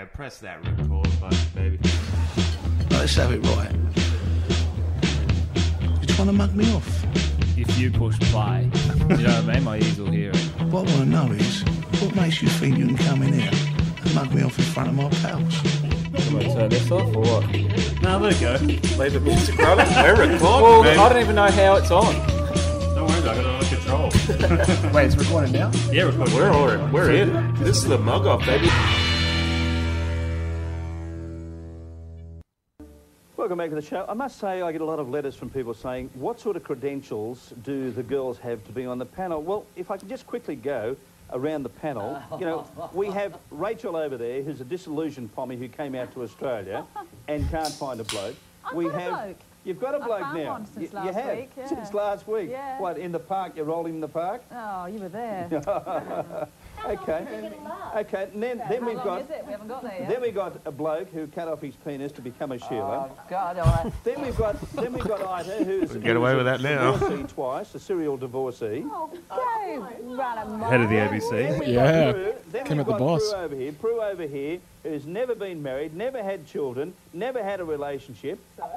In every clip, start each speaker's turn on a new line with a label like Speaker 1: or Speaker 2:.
Speaker 1: Yeah, press that record button, baby.
Speaker 2: Let's have it right. You're trying to mug me off.
Speaker 3: if you push play, you know what I mean? My ears will hear it.
Speaker 2: What I want to know is, what makes you think you can come in here and mug me off in front of my pals?
Speaker 3: Can I turn this off or what? No, there we go.
Speaker 4: Play the music rolling. We're recording.
Speaker 3: Well,
Speaker 4: man.
Speaker 3: I don't even know how it's on.
Speaker 1: Don't worry about it, I got control.
Speaker 2: Wait, it's recorded now?
Speaker 1: yeah, record.
Speaker 4: We're all We're in. This is the mug off, baby.
Speaker 5: Welcome back to the show. I must say, I get a lot of letters from people saying, what sort of credentials do the girls have to be on the panel? Well, if I can just quickly go around the panel, you know, we have Rachel over there, who's a disillusioned pommy who came out to Australia and can't find a bloke.
Speaker 6: I've
Speaker 5: we
Speaker 6: got a
Speaker 5: have.
Speaker 6: bloke.
Speaker 5: You've got a
Speaker 6: I
Speaker 5: bloke
Speaker 6: found
Speaker 5: now.
Speaker 6: one since
Speaker 5: Y- you
Speaker 6: last
Speaker 5: have
Speaker 6: week, yeah.
Speaker 5: since last week.
Speaker 6: Yeah.
Speaker 5: What in the park? You rolled him in the park.
Speaker 6: Oh, you were there.
Speaker 5: Okay. Okay. And then, then
Speaker 6: How
Speaker 5: we've
Speaker 6: long
Speaker 5: got
Speaker 6: is it? We haven't got there yet.
Speaker 5: then we got a bloke who cut off his penis to become a Sheila.
Speaker 6: Oh, God, all right.
Speaker 5: Then we've got then we've got Ida, who's
Speaker 1: Get away with that now.
Speaker 5: divorcee twice, a serial divorcee.
Speaker 6: Oh, go run a
Speaker 3: Head of the
Speaker 6: mile.
Speaker 3: ABC.
Speaker 5: yeah, came at the boss. Prue over here, Prue over here, who's never been married, never had children, never had a relationship. What?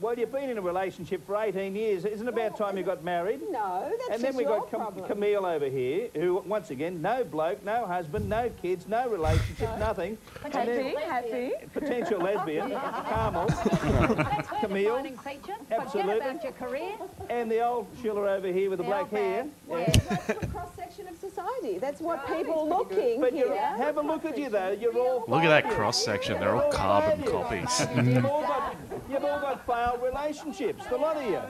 Speaker 5: Well, you've been in a relationship for 18 years. Isn't it about time you got married?
Speaker 7: No, that's
Speaker 5: And then
Speaker 7: just
Speaker 5: we
Speaker 7: your
Speaker 5: got Cam-
Speaker 7: problem.
Speaker 5: Camille over here, who once again, no bloke, no husband, no kids, no relationship, nothing. And then
Speaker 6: Happy, happy.
Speaker 5: potential lesbian, Carmel, Camille,
Speaker 8: Morning creature.
Speaker 5: Absolutely.
Speaker 8: Forget about your career.
Speaker 5: and the old Sheila over here with the,
Speaker 8: The
Speaker 5: black
Speaker 8: old
Speaker 5: hair.
Speaker 8: man.
Speaker 5: Yeah.
Speaker 7: cross section of society. That's what people are looking
Speaker 5: But you
Speaker 7: here.
Speaker 5: have a look at you though. You're all
Speaker 9: Look at that cross section. They're all carbon copies.
Speaker 5: You've all got you've all got failed relationships. The lot of you.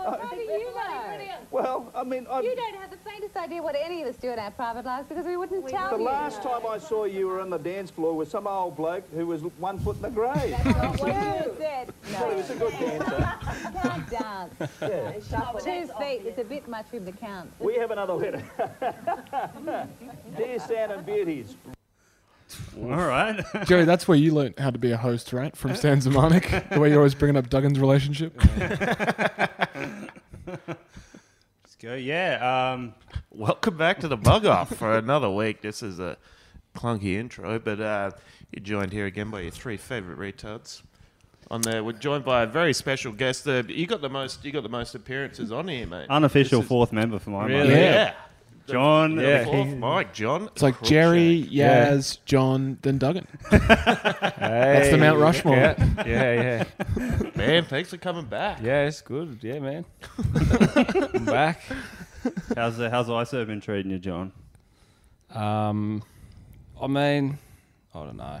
Speaker 8: Oh, how do you know?
Speaker 5: Well, I mean,
Speaker 8: You
Speaker 5: I,
Speaker 8: don't have the faintest
Speaker 6: This idea what any of us do in our private lives because we wouldn't tell
Speaker 5: the
Speaker 6: you.
Speaker 5: last time I saw you were on the dance floor with some old bloke who was one foot in the grave.
Speaker 6: Not what you said.
Speaker 5: He
Speaker 6: No,
Speaker 5: was a good dancer.
Speaker 6: you can't dance. Two feet is a bit much for him to count.
Speaker 5: We have another letter. Dear Stan and Beauties,
Speaker 3: All right.
Speaker 10: Jerry, that's where you learnt how to be a host, right? From Stan Zamanek, the way you're always bringing up Duggan's relationship.
Speaker 1: Let's go. Yeah. Um,
Speaker 9: Welcome back to the Bug Off for another week. This is a clunky intro, but uh, you're joined here again by your three favourite retards. On there, we're joined by a very special guest. The, you got the most. You got the most appearances on here, mate.
Speaker 3: Unofficial
Speaker 9: This is-
Speaker 3: fourth member for my
Speaker 9: Really?
Speaker 3: money.
Speaker 10: Yeah.
Speaker 9: Yeah.
Speaker 3: John.
Speaker 9: yeah.
Speaker 3: the
Speaker 9: Fourth
Speaker 3: king.
Speaker 9: Mike, John.
Speaker 10: It's like Jerry, Yaz, John, then Duggan.
Speaker 11: That's
Speaker 10: the Mount Rushmore.
Speaker 11: Yeah, yeah, yeah.
Speaker 9: Man, thanks for coming back.
Speaker 11: Yeah, it's good. Yeah, man. I'm back.
Speaker 3: How's the, how's ISO been treating you, John?
Speaker 11: Um, I mean, I don't know.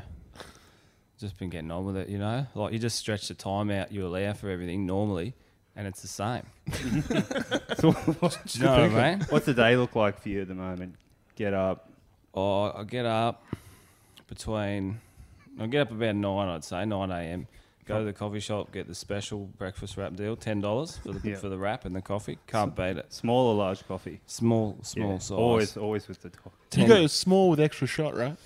Speaker 11: Just been getting on with it, you know. Like you just stretch the time out you allow for everything normally, and it's the same.
Speaker 3: So what's-
Speaker 11: Do you know what I mean?
Speaker 3: What's the day look like for you at the moment? Get up.
Speaker 11: Oh, I get up between. I get up about nine, I'd say nine a.m. Go to the coffee shop, get the special breakfast wrap deal, ten dollars for the
Speaker 3: Yeah.
Speaker 11: for the wrap and the coffee. Can't beat it.
Speaker 3: Small or large coffee?
Speaker 11: Small, small
Speaker 3: Yeah,
Speaker 11: size.
Speaker 3: Always, always with the coffee.
Speaker 10: You go small with extra shot, right?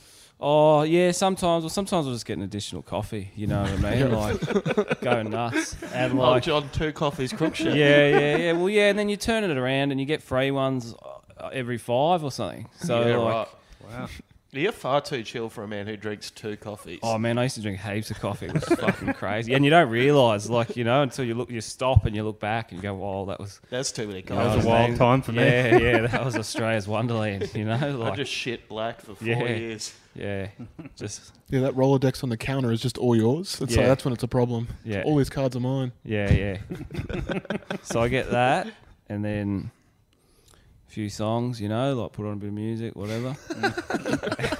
Speaker 11: Oh yeah, sometimes. Well, sometimes I'll just get an additional coffee. You know what I mean? Like go nuts and
Speaker 9: Oh,
Speaker 11: like
Speaker 9: John, two coffees,
Speaker 11: yeah,
Speaker 9: Crookshank.
Speaker 11: yeah, yeah. Well, yeah, and then you turn it around and you get free ones uh, every five or something. So
Speaker 9: Yeah,
Speaker 11: like,
Speaker 9: right. You're far too chill for a man who drinks two coffees.
Speaker 11: oh man, I used to drink heaps of coffee. It was fucking crazy, and you don't realize, like you know, until you look, you stop and you look back and you go, "Wow, that was."
Speaker 9: That's too many
Speaker 11: you know
Speaker 3: was
Speaker 9: coffees.
Speaker 3: a
Speaker 11: what I
Speaker 3: wild
Speaker 11: mean?
Speaker 3: time for me.
Speaker 11: Yeah, yeah, that was Australia's Wonderland, you know?
Speaker 9: I
Speaker 11: Like,
Speaker 9: just shit black for four
Speaker 11: Yeah.
Speaker 9: years.
Speaker 11: yeah, just,
Speaker 10: Yeah, that Rolodex on the counter is just all yours. It's
Speaker 11: Yeah.
Speaker 10: like, that's when it's a problem. It's
Speaker 11: Yeah.
Speaker 10: All these cards are mine.
Speaker 11: yeah, yeah. so I get that, and then a few songs, you know, like put on a bit of music, whatever.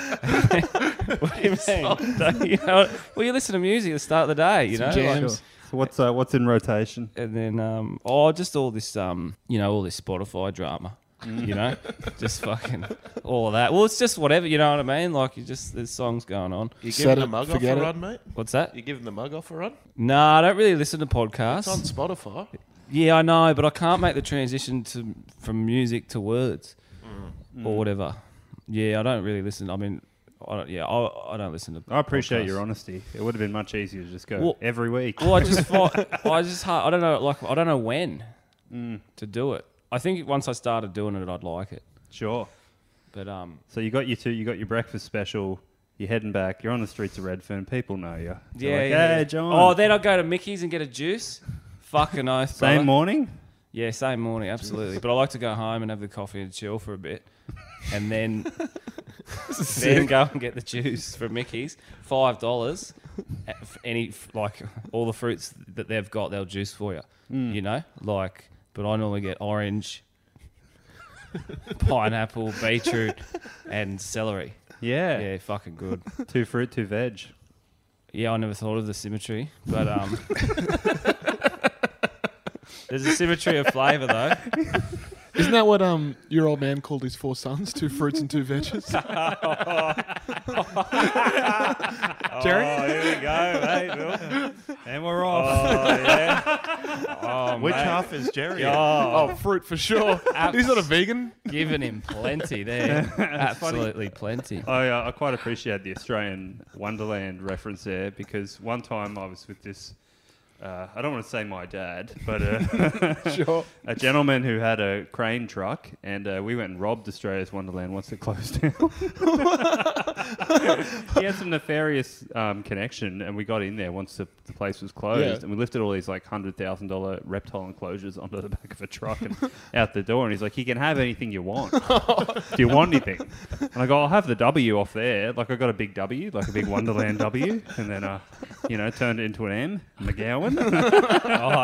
Speaker 11: what do you mean? Don't you know, well, you listen to music at the start of the day, you know? like-
Speaker 10: Jams.
Speaker 3: So what's uh, what's in rotation?
Speaker 11: and then, um, oh, just all this, um, you know, all this Spotify drama.
Speaker 9: Mm.
Speaker 11: You know, just fucking all of that. Well, it's just whatever, you know what I mean? Like, you just, there's songs going on.
Speaker 9: You giving
Speaker 10: Set
Speaker 9: the
Speaker 10: it,
Speaker 9: mug off a
Speaker 10: forget it.
Speaker 9: run, mate?
Speaker 11: What's that?
Speaker 9: You giving the mug off a run?
Speaker 11: No, I don't really listen to podcasts.
Speaker 9: It's on Spotify.
Speaker 11: Yeah, I know, but I can't make the transition to from music to words
Speaker 9: Mm.
Speaker 11: or whatever. Yeah, I don't really listen. I mean, I don't, yeah, I, I don't listen to.
Speaker 3: I appreciate your
Speaker 11: podcasts.
Speaker 3: honesty. It would have been much easier to just go
Speaker 11: Well-
Speaker 3: every week.
Speaker 11: Well, I just thought, I just ha- I don't know like I don't know when
Speaker 3: Mm.
Speaker 11: to do it. I think once I started doing it, I'd like it.
Speaker 3: Sure.
Speaker 11: But um,
Speaker 3: So you got your two. You got your breakfast special.
Speaker 1: You're heading back. You're on the streets of Redfern. People know you. They're
Speaker 11: Yeah,
Speaker 1: like,
Speaker 11: yeah, yeah.
Speaker 1: Hey, John.
Speaker 11: Oh, then I'll go to Mickey's and get a juice. Fucking oath.
Speaker 1: Same
Speaker 11: brother.
Speaker 1: morning?
Speaker 11: Yeah, same morning, absolutely. but I like to go home and have the coffee and chill for a bit, and then then
Speaker 1: sick.
Speaker 11: go and get the juice from Mickey's. Five dollars. Any like all the fruits that they've got, they'll juice for you.
Speaker 1: Mm.
Speaker 11: You know, like. But I normally get orange, pineapple, beetroot, and celery.
Speaker 1: Yeah.
Speaker 11: Yeah, fucking good.
Speaker 1: two fruit, two veg.
Speaker 11: Yeah, I never thought of the symmetry, but um, there's a symmetry of flavour though.
Speaker 10: Isn't that what um your old man called his four sons? Two fruits and two veggies. Jerry?
Speaker 1: Oh, here we go, mate. And we're off.
Speaker 10: Oh,
Speaker 1: yeah.
Speaker 11: Oh,
Speaker 10: Which
Speaker 11: mate.
Speaker 10: half is Jerry?
Speaker 11: Yeah.
Speaker 10: Oh, fruit for sure. He's not a vegan.
Speaker 11: Giving him plenty there.
Speaker 1: It's funny.
Speaker 11: Absolutely plenty.
Speaker 1: I, uh, I quite appreciate the Australian Wonderland reference there because one time I was with this. Uh, I don't want to say my dad, but uh,
Speaker 10: Sure.
Speaker 1: a gentleman who had a crane truck, and uh, we went and robbed Australia's Wonderland once it closed down. he had some nefarious um, connection, and we got in there once the, the place was closed,
Speaker 10: Yeah.
Speaker 1: and we lifted all these like hundred thousand dollar reptile enclosures onto the back of a truck and out the door, and he's like, "You can have anything you want. Do you want anything?" And I go, "I'll have the W off there. Like I got a big W, like a big Wonderland W, and then uh, you know, turned it into an M, McGowan.
Speaker 11: Oh,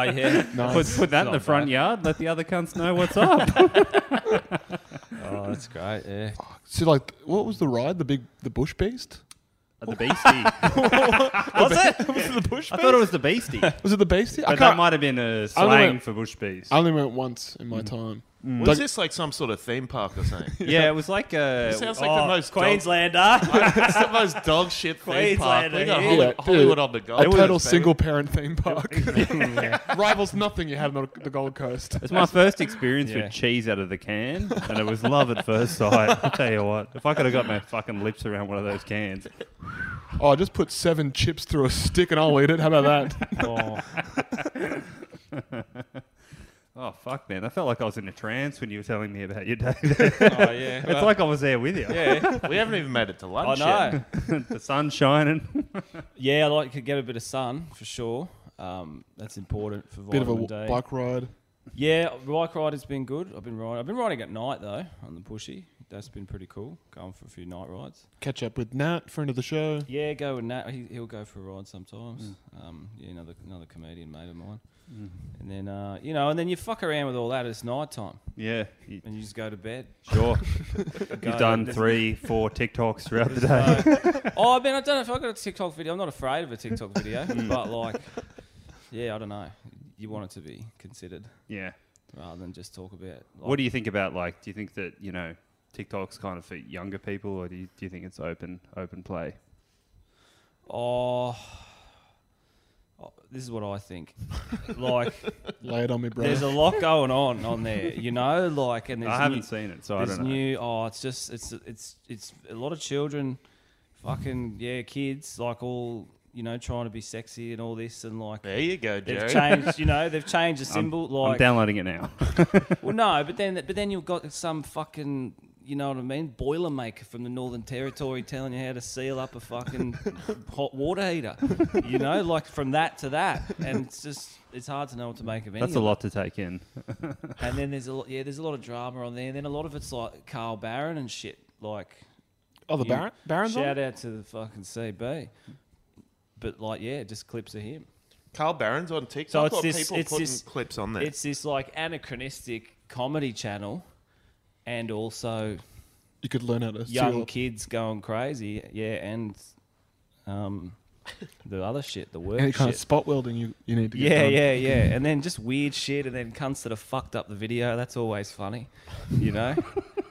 Speaker 11: yeah.
Speaker 1: Put,
Speaker 11: Nice.
Speaker 1: put that in
Speaker 11: Not
Speaker 1: the front
Speaker 11: bad.
Speaker 1: yard. Let the other cunts know what's up.
Speaker 11: Oh, that's great. Yeah.
Speaker 10: So like, what was the ride? The big, the bush beast.
Speaker 1: The beastie.
Speaker 10: was it? Was it the bush beast?
Speaker 1: I thought it was the beastie.
Speaker 10: Was it the beastie? I
Speaker 1: But that
Speaker 10: can't-
Speaker 1: might have been a
Speaker 10: I only
Speaker 1: slang
Speaker 10: went-
Speaker 1: for bush bees.
Speaker 10: I only went once in my time.
Speaker 9: Was
Speaker 10: Like-
Speaker 9: this like some sort of theme park or something?
Speaker 1: Yeah, it was like a.
Speaker 9: It sounds like
Speaker 1: oh,
Speaker 9: the most
Speaker 1: Queenslander.
Speaker 9: Dog, it's the most dog shit theme park. We got
Speaker 1: Queenslander
Speaker 9: Hollywood,
Speaker 10: dude,
Speaker 9: Hollywood on the
Speaker 10: A
Speaker 9: Gold
Speaker 10: total
Speaker 9: Coast, baby.
Speaker 10: single parent theme park. Rivals nothing you had on the Gold Coast.
Speaker 1: It's my first experience
Speaker 10: Yeah.
Speaker 1: with cheese out of the can, and it was love at first sight. I'll tell you what, if I could have got my fucking lips around one of those cans,
Speaker 10: Oh, I just put seven chips through a stick and I'll eat it. How about that?
Speaker 1: oh fuck, man, I felt like I was in a trance when you were telling me about your day. oh
Speaker 9: Oh, yeah.
Speaker 1: it's like I was there with you.
Speaker 9: Yeah. We haven't even made it to lunch
Speaker 11: I know.
Speaker 1: yet. the sun's shining.
Speaker 11: Yeah, I like to get a bit of sun for sure. Um, that's important for
Speaker 10: Bit of a
Speaker 11: vitamin
Speaker 10: w-
Speaker 11: D.
Speaker 10: bike ride.
Speaker 11: Yeah, bike ride has been good. I've been riding. I've been riding at night though on the pushy. That's been pretty cool. Going for a few night rides.
Speaker 10: Catch up with Nat, friend of the show.
Speaker 11: Yeah, go with Nat. He, he'll go for a ride sometimes. Um, yeah, another another comedian mate of mine.
Speaker 1: Mm.
Speaker 11: And then uh, you know, and then you fuck around with all that. It's night time.
Speaker 1: Yeah,
Speaker 11: and you just go to bed.
Speaker 1: Sure.
Speaker 11: Go.
Speaker 1: You've done three, four TikToks throughout the day.
Speaker 11: So- oh, man, I don't know if I got a TikTok video. I'm not afraid of a TikTok video,
Speaker 1: Mm.
Speaker 11: but like, yeah, I don't know. You want it to be considered.
Speaker 1: Yeah.
Speaker 11: Rather than just talk about. Like,
Speaker 1: What do you think about like? Do you think that you know TikTok's kind of for younger people, or do you, do you think it's open open play?
Speaker 11: Oh, oh, this is what I think. Like,
Speaker 10: Lay it on me, bro.
Speaker 11: There's a lot going on on there, you know. Like, and
Speaker 1: I
Speaker 11: there's
Speaker 1: haven't
Speaker 11: new-
Speaker 1: seen it, so I
Speaker 11: there's
Speaker 1: don't know.
Speaker 11: New, oh, it's just it's it's it's a lot of children, fucking yeah, kids like all you know trying to be sexy and all this and like.
Speaker 9: There you go,
Speaker 11: They've
Speaker 9: Jerry.
Speaker 11: changed, you know. They've changed the symbol.
Speaker 1: I'm
Speaker 11: like
Speaker 1: downloading it now.
Speaker 11: well, no, but then but then you've got some fucking. You know what I mean? Boilermaker from the Northern Territory telling you how to seal up a fucking hot water heater. You know, like from that to that, and it's just it's hard to know what to make of any.
Speaker 1: That's a
Speaker 11: of it.
Speaker 1: lot to take in.
Speaker 11: and then there's a lot, yeah, there's a lot of drama on there. And then a lot of it's like Carl Barron and shit. Like,
Speaker 10: Oh, the
Speaker 11: you-
Speaker 10: Barron- Barron's on
Speaker 11: Shout out to the fucking CB. But like, yeah, just clips of him.
Speaker 9: Carl Barron's on TikTok.
Speaker 11: So it's
Speaker 9: or
Speaker 11: this,
Speaker 9: people
Speaker 11: it's
Speaker 9: putting
Speaker 11: this
Speaker 9: clips on there.
Speaker 11: It's this like anachronistic comedy channel, and also
Speaker 10: you could learn how to
Speaker 11: young
Speaker 10: seal-
Speaker 11: kids going crazy. Yeah, and um, the other shit, the work
Speaker 10: Any kind
Speaker 11: shit.
Speaker 10: of spot welding you, you need to get
Speaker 11: Yeah,
Speaker 10: done.
Speaker 11: yeah, yeah. And then just weird shit, and then cunts that have fucked up the video. That's always funny, you know.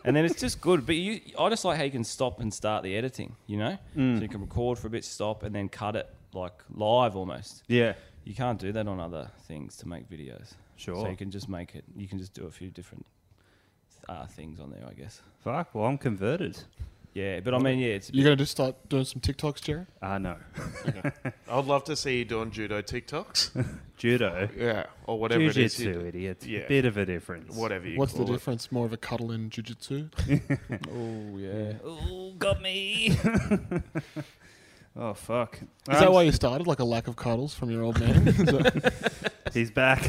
Speaker 11: and then it's just good. But you, I just like how you can stop and start the editing. You know,
Speaker 1: Mm.
Speaker 11: so you can record for a bit, stop, and then cut it like live almost.
Speaker 1: Yeah.
Speaker 11: you can't do that on other things to make videos. so
Speaker 1: Sure.
Speaker 11: you can just make it. You can just do a few different uh, things on there, I guess.
Speaker 1: Fuck. Well, I'm converted.
Speaker 11: Yeah, but I mean, yeah, it's
Speaker 10: You're going to just start doing some TikToks, Jerry?
Speaker 1: Ah, no.
Speaker 9: I'd love to see you doing judo TikToks.
Speaker 1: Judo.
Speaker 9: Yeah, or whatever it is you
Speaker 1: Jiu-jitsu,
Speaker 9: do.
Speaker 1: idiot.
Speaker 9: Yeah.
Speaker 1: Bit of a difference.
Speaker 9: Whatever you
Speaker 10: What's the
Speaker 9: call it.
Speaker 10: difference? More of a cuddle in jujitsu? oh, yeah.
Speaker 11: Ooh, got me.
Speaker 1: Oh, fuck.
Speaker 10: Is that why you started? Like a lack of cuddles from your old man? Is that-
Speaker 1: He's back.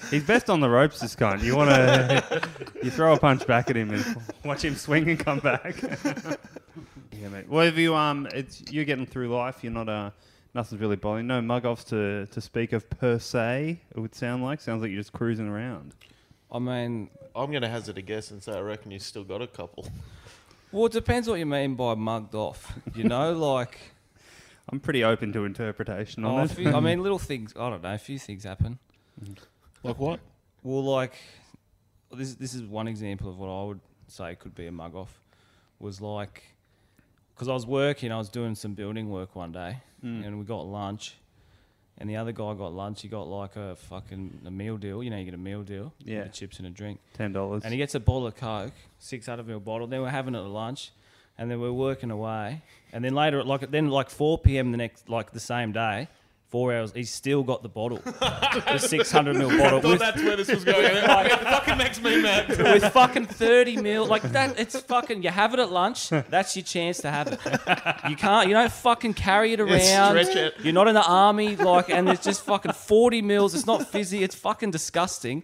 Speaker 1: He's best on the ropes, this cunt. You want to... you throw a punch back at him and watch him swing and come back. yeah, mate. Well, if you... Um, it's, you're getting through life. You're not... Uh, nothing's really bothering. No mug-offs to, to speak of per se, it would sound like. Sounds like you're just cruising around.
Speaker 11: I mean,
Speaker 9: I'm going to hazard a guess and say I reckon you still got a couple.
Speaker 11: well, it depends what you mean by mugged off. You know, like
Speaker 1: I'm pretty open to interpretation on
Speaker 11: oh, a
Speaker 1: it.
Speaker 11: few- I mean, little things. I don't know. A few things happen.
Speaker 10: like what?
Speaker 11: Well, like this. This is one example of what I would say could be a mug off. Was like because I was working, I was doing some building work one day, and we got lunch, and the other guy got lunch. He got like a fucking a meal deal. You know, you get a meal deal, you get
Speaker 1: Yeah.
Speaker 11: a chips and a drink.
Speaker 1: Ten dollars.
Speaker 11: And he gets a bottle of Coke, six hundred ml bottle. Then we're having it at lunch, and then we're working away. And then later, at like then like four p.m. the next, like the same day, four hours. He's still got the bottle, the six hundred ml bottle with,
Speaker 9: where this was going.
Speaker 11: like,
Speaker 9: fucking makes me mad.
Speaker 11: with fucking thirty mil. Like that, it's fucking. You have it at lunch. That's your chance to have it. You can't. You don't fucking carry it around.
Speaker 9: stretch it.
Speaker 11: You're not in the army, like, and it's just fucking forty mils. It's not fizzy. It's fucking disgusting.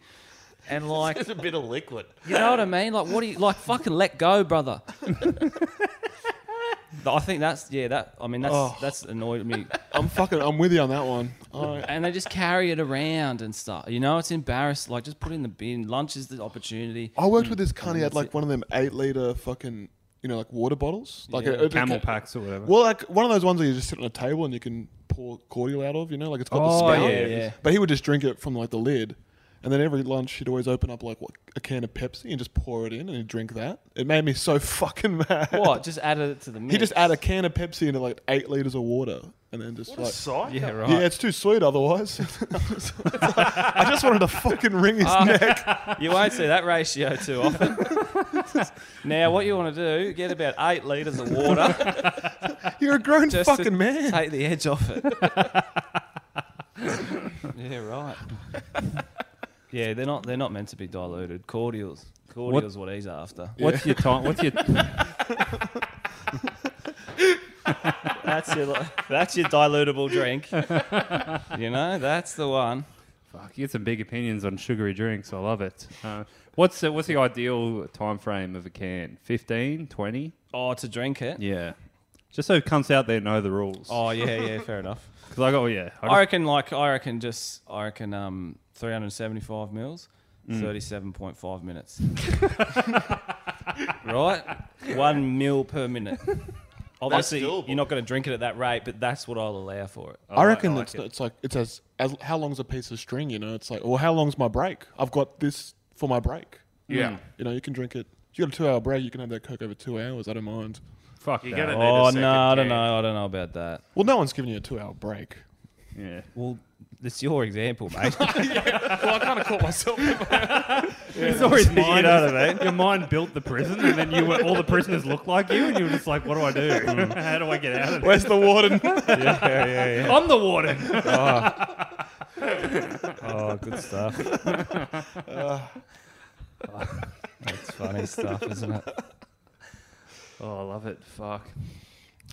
Speaker 11: And like,
Speaker 9: It's a bit of liquid.
Speaker 11: you know what I mean? Like, what do you like? Fucking let go, brother. I think that's yeah. That I mean that's that's annoyed me. Oh,
Speaker 10: I'm fucking, I'm with you on that one. I,
Speaker 11: And they just carry it around and stuff. You know, it's embarrassing. Like, just put it in the bin. Lunch is the opportunity.
Speaker 10: I worked with this cunt. He had
Speaker 11: Mm. that's
Speaker 10: like
Speaker 11: it.
Speaker 10: one of them eight liter fucking, you know, like water bottles. Like
Speaker 11: Yeah.
Speaker 10: a, a-
Speaker 1: Camel packs or whatever.
Speaker 10: Well, like one of those ones where you just sit on a table and you can pour cordial out of, you know, like it's got
Speaker 11: Oh,
Speaker 10: the spout.
Speaker 11: yeah, yeah.
Speaker 10: But he would just drink it from like the lid. And then every lunch, he'd always open up like what, a can of Pepsi and just pour it in and he'd drink that. It made me so fucking mad.
Speaker 11: What? Just add it to the mix.
Speaker 10: He just add a can of Pepsi into like eight liters of water and then just like.
Speaker 11: Yeah, right.
Speaker 10: Yeah, it's too sweet otherwise. I just wanted to fucking wring his
Speaker 11: Uh,
Speaker 10: neck.
Speaker 11: You won't see that ratio too often. now, what you want to do? Get about eight liters of water.
Speaker 10: You're a grown
Speaker 11: Just to
Speaker 10: fucking man.
Speaker 11: Take the edge off it. yeah, right. Yeah, they're not. They're not meant to be diluted. Cordials. Cordials, what, he's after.
Speaker 1: What's your time? What's your
Speaker 11: That's your. li- That's your dilutable drink. you know, that's the one.
Speaker 1: fuck? You get some big opinions on sugary drinks. I love it. Uh, what's the, what's the ideal time frame of a can? 15, 20?
Speaker 11: Oh, to drink it.
Speaker 1: Yeah, just so cunts out there know the rules.
Speaker 11: Oh, yeah, yeah. Fair enough.
Speaker 1: because I got oh, yeah. I
Speaker 11: I
Speaker 1: just,
Speaker 11: reckon, like, I reckon, just I reckon, um, three hundred seventy-five mils,
Speaker 9: Mm.
Speaker 11: thirty-seven point five minutes. right, one mil per minute. Obviously,
Speaker 9: doable.
Speaker 11: you're not going to drink it at that rate, but that's what I'll allow for it.
Speaker 10: Oh, I reckon
Speaker 1: like
Speaker 10: it's,
Speaker 1: it.
Speaker 10: it's like it's as, as how long's a piece of string? You know, it's like well, how long's my break? I've got this for my break.
Speaker 9: Yeah.
Speaker 10: You know, you can drink it. If you got a two hour break, you can have that coke over two hours. I don't mind.
Speaker 1: fuck
Speaker 9: You
Speaker 1: that.
Speaker 9: gotta-
Speaker 11: Oh
Speaker 9: second
Speaker 11: no, I
Speaker 9: can.
Speaker 11: don't know, I don't know about that.
Speaker 10: Well, no one's giving you a two hour break.
Speaker 1: Yeah,
Speaker 11: Well, it's your example, mate.
Speaker 10: well, I kind of caught myself.
Speaker 1: it's always you know what I mean? eh? Your mind built the prison, and then you were all the prisoners looked like you, and you were just like, what do I do? How do I get out of it?
Speaker 10: Where's the warden?
Speaker 1: I'm the warden.
Speaker 11: oh, good stuff. That's funny stuff, isn't it?
Speaker 1: oh, I love it. Fuck.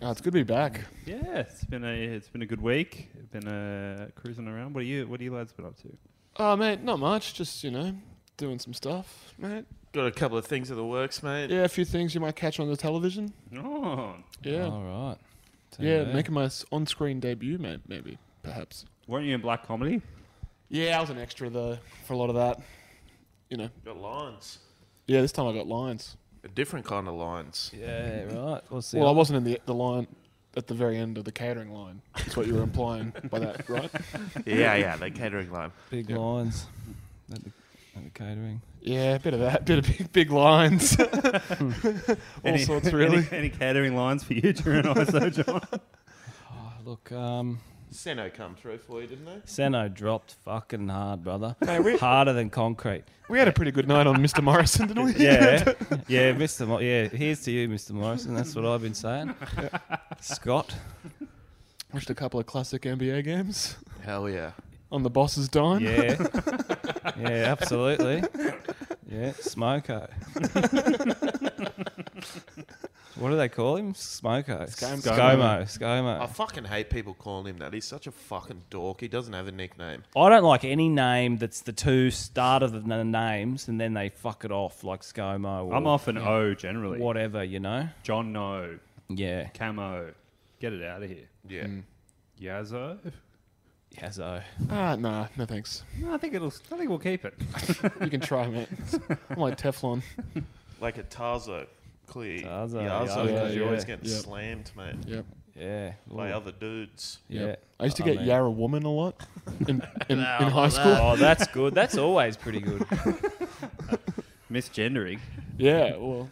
Speaker 10: oh, it's good to be back.
Speaker 1: Yeah, it's been a it's been a good week. Been uh, cruising around. What are you What are you lads been up to?
Speaker 10: Oh, mate, not much. Just you know, doing some stuff, mate.
Speaker 9: Got a couple of things in the works, mate.
Speaker 10: Yeah, a few things you might catch on the television.
Speaker 1: Oh,
Speaker 10: Yeah,
Speaker 11: All right.
Speaker 10: yeah, making my on screen debut, mate. Maybe, perhaps.
Speaker 1: weren't you in black comedy?
Speaker 10: Yeah, I was an extra though for a lot of that. You know,
Speaker 9: Got lines.
Speaker 10: yeah, this time I got lines.
Speaker 9: A different kind of lines.
Speaker 11: Yeah, right. We'll see.
Speaker 10: Well, I wasn't in the the line at the very end of the catering line. That's what you were implying by that, right?
Speaker 9: Yeah, yeah, the catering line.
Speaker 11: big lines at the, at the catering.
Speaker 10: Yeah, a bit of that, bit of big, big lines, all
Speaker 1: Any-
Speaker 10: sorts really.
Speaker 1: Any, any catering lines for you during ISO, John?
Speaker 11: Look, um,
Speaker 9: Seno come through for you, didn't they?
Speaker 11: Seno dropped fucking hard, brother.
Speaker 9: Hey, we-
Speaker 11: Harder than concrete.
Speaker 10: We had a pretty good night on Mr. Morrison, didn't we?
Speaker 11: Yeah, yeah, Mr. Mor- yeah, here's to you, Mr. Morrison. That's what I've been saying. Scott,
Speaker 10: Watched a couple of classic NBA games
Speaker 9: Hell yeah.
Speaker 10: on the boss's dime.
Speaker 11: yeah, yeah, absolutely, yeah, Smoko. what do they call him? Smoko.
Speaker 9: Scomo.
Speaker 11: Scomo.
Speaker 9: I
Speaker 11: Scomo.
Speaker 9: fucking hate people calling him that. He's such a fucking dork. He doesn't have a nickname.
Speaker 11: I don't like any name that's the two start of the n- names and then they fuck it off like ScoMo or
Speaker 1: I'm off an O generally.
Speaker 11: whatever, you know?
Speaker 1: John No,
Speaker 11: Yeah.
Speaker 1: Camo, get it out of here.
Speaker 9: Yeah.
Speaker 11: Mm.
Speaker 1: Yazzo.
Speaker 11: Yazzo.
Speaker 10: Ah, nah, no thanks.
Speaker 1: No, I think it'll. I think we'll keep it.
Speaker 10: You can try, mate. I'm like Teflon.
Speaker 9: Like a Tarzo. Clear.
Speaker 11: Tarzo,
Speaker 9: Yazzo,
Speaker 11: Yazzo,
Speaker 9: because you're always
Speaker 11: yeah.
Speaker 9: getting
Speaker 10: Yeah.
Speaker 9: slammed, mate.
Speaker 10: Yep.
Speaker 11: Yeah.
Speaker 9: By
Speaker 11: Ooh.
Speaker 9: other dudes.
Speaker 11: Yeah. Oh,
Speaker 10: I used to
Speaker 11: I
Speaker 10: get
Speaker 11: mean-
Speaker 10: Yarra Woman a lot in, in, in
Speaker 9: no,
Speaker 10: high school.
Speaker 11: Oh, that's good. That's always pretty good.
Speaker 1: Misgendering.
Speaker 10: Yeah, well,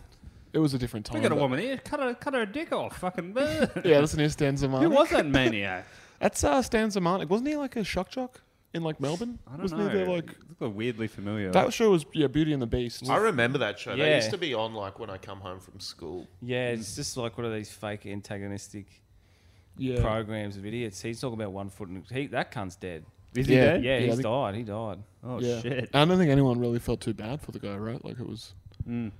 Speaker 10: it was a different time.
Speaker 1: We got a
Speaker 10: but-
Speaker 1: woman here. Cut her, cut her dick off. Fucking. Who
Speaker 10: Yeah, listen here, Stan Zamanek.
Speaker 1: was that maniac?
Speaker 10: That's uh, Stan Zamanek. Wasn't he like a shock jock in like Melbourne?
Speaker 1: I don't
Speaker 10: Wasn't
Speaker 1: know.
Speaker 10: he there like.
Speaker 1: Look weirdly familiar.
Speaker 10: That show was, yeah, Beauty and the Beast.
Speaker 9: I remember that show. They
Speaker 11: Yeah.
Speaker 9: used to be on like when I come home from school.
Speaker 11: Yeah, it's just like one of these fake antagonistic
Speaker 10: yeah.
Speaker 11: programs of idiots. He's talking about one foot and he, that cunt's dead.
Speaker 1: Is he
Speaker 10: Yeah.
Speaker 1: dead?
Speaker 11: Yeah,
Speaker 10: I
Speaker 11: he's
Speaker 10: think-
Speaker 11: died. He died.
Speaker 1: Oh
Speaker 10: yeah.
Speaker 1: shit.
Speaker 10: I don't think anyone really felt too bad for the guy, right? Like it was.
Speaker 1: Mm.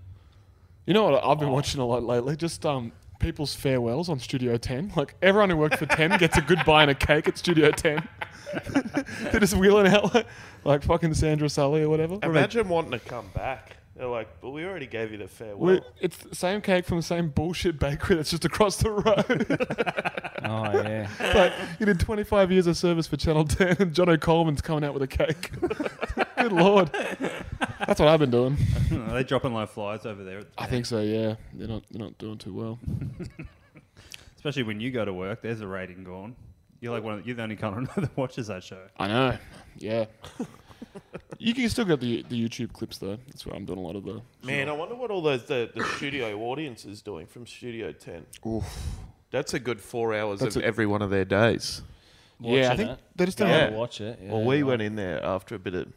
Speaker 10: You know what? I've
Speaker 1: Oh.
Speaker 10: been watching a lot lately. Just um, people's farewells on Studio 10. Like everyone who worked for 10 gets a goodbye and a cake at Studio 10. They're just wheeling out like, like fucking Sandra Sully or whatever.
Speaker 9: Imagine wanting to come back. They're like, but we already gave you the farewell.
Speaker 10: We, it's the same cake from the same bullshit bakery that's just across the road.
Speaker 11: Oh, yeah.
Speaker 10: like you did 25 years of service for Channel 10, and John O'Coleman's coming out with a cake. Good lord, that's what I've been doing.
Speaker 1: Are they dropping like flies over there?
Speaker 10: I think so. Yeah, they're not they're not doing too well.
Speaker 1: Especially when you go to work, there's a rating gone. You're like one. Of the, you're the only kind I know that watches that show.
Speaker 10: I know. Yeah. You can still get the the YouTube clips though. That's where I'm doing a lot of the.
Speaker 9: Man, I wonder what all those the, the studio audience is doing from Studio Ten. That's a good four hours
Speaker 10: That's
Speaker 9: of
Speaker 10: a-
Speaker 9: every one of their days.
Speaker 10: yeah, I
Speaker 11: Watching
Speaker 10: think
Speaker 11: it.
Speaker 10: they just
Speaker 11: Go
Speaker 10: don't.
Speaker 9: Yeah.
Speaker 11: and watch it. Yeah,
Speaker 9: well, we
Speaker 11: right.
Speaker 9: went in there after a bit of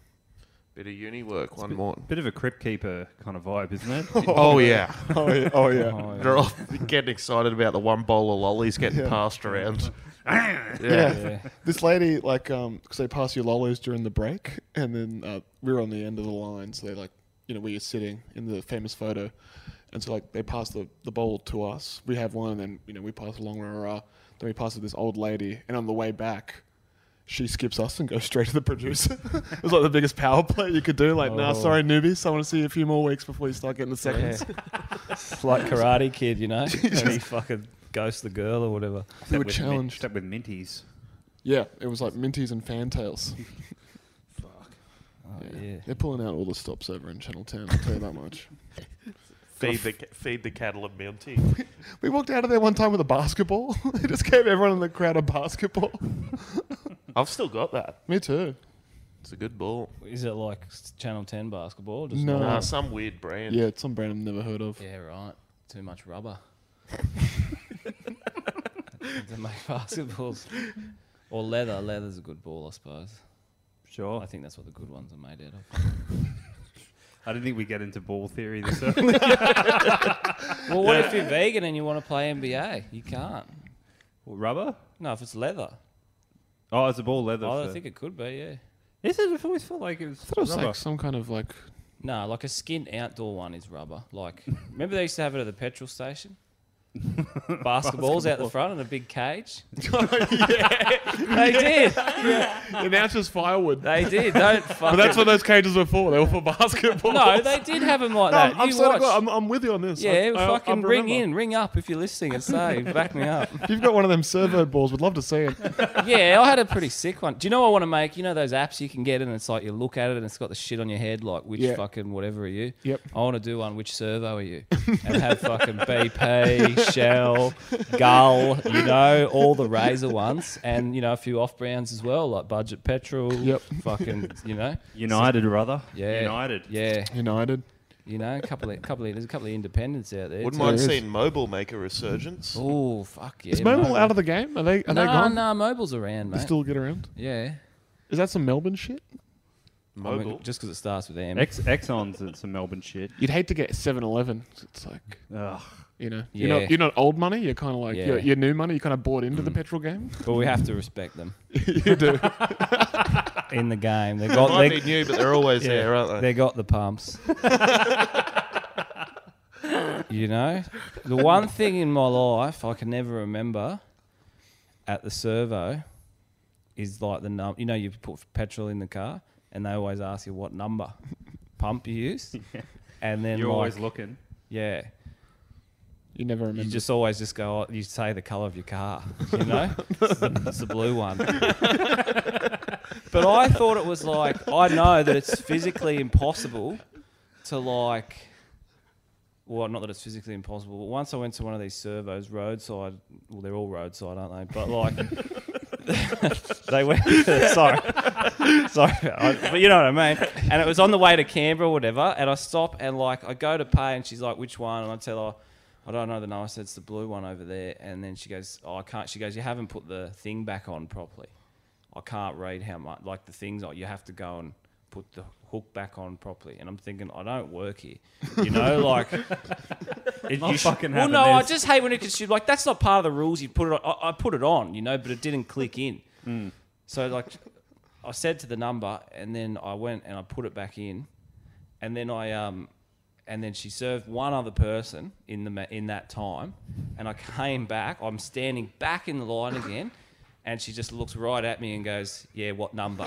Speaker 9: bit of uni work one morning.
Speaker 1: Bit of a crypt keeper kind of vibe, isn't it?
Speaker 9: Oh, yeah,
Speaker 10: Oh yeah. Oh yeah.
Speaker 11: Oh, yeah.
Speaker 9: they're all getting excited about the one bowl of lollies getting passed around.
Speaker 10: yeah.
Speaker 11: Yeah.
Speaker 10: This lady, like, um 'cause because they pass you lollies during the break, and then uh, we were on the end of the line, so they like, you know, where you're sitting in the famous photo, and so like they pass the the bowl to us. We have one, and then you know we pass along, rah, rah, rah. then we pass to this old lady, and on the way back. She skips us and goes straight to the producer. it was like the biggest power play you could do. Like, nah,
Speaker 11: Oh.
Speaker 10: sorry, newbies. I want to see you a few more weeks before you start getting the
Speaker 11: Yeah.
Speaker 10: seconds.
Speaker 11: It's like Karate Kid, you know? and he fucking ghosts the girl or whatever.
Speaker 10: They
Speaker 1: Except
Speaker 10: were
Speaker 1: with min-
Speaker 10: challenged.
Speaker 1: Except with minties.
Speaker 10: Yeah, it was like Minties and Fantails.
Speaker 11: Oh,
Speaker 10: Yeah.
Speaker 11: yeah.
Speaker 10: They're pulling out all the stops over in Channel 10, I'll tell you that much.
Speaker 9: feed the ca- feed the cattle of Mountie.
Speaker 10: We walked out of there one time with a basketball. they just gave everyone in the crowd a basketball.
Speaker 9: I've still got that.
Speaker 10: Me too.
Speaker 9: It's a good ball.
Speaker 11: Is it like s- Channel 10 basketball? Just
Speaker 10: No.
Speaker 9: Nah,
Speaker 11: normal?
Speaker 9: some weird brand.
Speaker 10: Yeah, it's some brand I've never heard of.
Speaker 11: Yeah, right. Too much rubber. to make basketballs. Or leather. Leather's a good ball, I suppose.
Speaker 1: Sure.
Speaker 11: I
Speaker 1: I,
Speaker 11: think that's what the good ones are made out of.
Speaker 1: didn't think we get into ball theory this early.
Speaker 11: Well, what if you're vegan and you want to play NBA? You can't.
Speaker 1: What, Rubber?
Speaker 11: No, if it's leather.
Speaker 1: Oh, it's a ball leather.
Speaker 11: Oh, I
Speaker 1: for-
Speaker 11: think it could be, yeah.
Speaker 1: Is it? I've always felt like it was.
Speaker 10: I thought it was
Speaker 1: rubber.
Speaker 10: like some kind of like.
Speaker 11: No, like a skinned outdoor one is rubber. Like, remember they used to have it at the petrol station? Basketballs out the front in a big cage. They did.
Speaker 10: And now it's just firewood.
Speaker 11: They did. Don't fuck.
Speaker 10: But that's what those cages were for. They were for basketball.
Speaker 11: No, they did have them like that.
Speaker 10: I'm,
Speaker 11: you
Speaker 10: sorry,
Speaker 11: watch.
Speaker 10: God, I'm, I'm with you on this.
Speaker 11: yeah,
Speaker 10: I- I- I
Speaker 11: fucking ring
Speaker 10: remember.
Speaker 11: in, ring up if you're listening and say, back me up.
Speaker 10: If you've got one of them servo balls, would love to see it.
Speaker 11: Yeah, I had a pretty sick one. Do you know what I want to make? You know those apps you can get and it's like you look at it and it's got the shit on your head, like which
Speaker 10: Yeah.
Speaker 11: fucking whatever are you?
Speaker 10: Yep.
Speaker 11: I want to do one, which servo are you? And have fucking BP, Shell, Gull, you know, all the Razor ones and, you know, a few off brands as well, like Budget Petrol,
Speaker 10: Yep.
Speaker 11: fucking, you know.
Speaker 1: United, brother.
Speaker 11: Yeah.
Speaker 1: United.
Speaker 11: Yeah.
Speaker 10: United.
Speaker 11: You know, a couple of couple of there's a couple of independents out there.
Speaker 9: Wouldn't
Speaker 11: too.
Speaker 9: mind seeing mobile make a resurgence.
Speaker 11: Oh fuck yeah!
Speaker 10: Is mobile out of the game? Are they?
Speaker 11: no,
Speaker 10: Are they gone?
Speaker 11: no, mobile's around,
Speaker 10: They
Speaker 11: mate.
Speaker 10: still get around.
Speaker 11: yeah.
Speaker 10: Is that some Melbourne shit?
Speaker 11: I mean, just because it starts with M.
Speaker 1: Ex- Exxon's and some Melbourne shit.
Speaker 10: You'd hate to get 7-Eleven. It's like
Speaker 1: Ugh.
Speaker 10: you know,
Speaker 11: Yeah.
Speaker 10: you're not you're not old money. You're kind of like
Speaker 11: Yeah.
Speaker 10: you're, you're new money. You kind of bought into the petrol game.
Speaker 11: But we have to respect them
Speaker 10: you do.
Speaker 11: in the game. They
Speaker 9: They
Speaker 11: got
Speaker 9: might
Speaker 11: they,
Speaker 9: be new, but they're always there, aren't they?
Speaker 11: they got the pumps. you know, the one thing in my life I can never remember at the servo is like the num. You know, you put petrol in the car, and they always ask you what number pump you use, and then
Speaker 1: You're
Speaker 11: like,
Speaker 1: always looking.
Speaker 11: yeah.
Speaker 10: You never remember.
Speaker 11: You just always just go. oh, You say the color of your car. You know, it's, the, it's the blue one. but I thought it was like I know that it's physically impossible to like. Well, not that it's physically impossible, but once I went to one of these servos, roadside. Well, they're all roadside, aren't they? But like, they went. sorry, sorry, I, but you know what I mean. And it was on the way to Canberra, or whatever. And I stop and like I go to pay, and she's like, "Which one?" And I tell her. I don't know the number. I said it's the blue one over there, and then she goes, "Oh, I can't." She goes, "You haven't put the thing back on properly. I can't read how much like the things. Like you have to go and put the hook back on properly." And I'm thinking, I don't work here, you know, like. it,
Speaker 1: Not
Speaker 11: sh-
Speaker 1: fucking
Speaker 11: Oh, well,
Speaker 1: having
Speaker 11: no, I
Speaker 1: this.
Speaker 11: just hate when it gets you like that's not part of the rules. You put it, on. I, I put it on, you know, but it didn't click in. So like, I said to the number, and then I went and I put it back in, and then I um, and then she served one other person in the ma- in that time, and I came back. I'm standing back in the line again, and she just looks right at me and goes, "Yeah, what number?"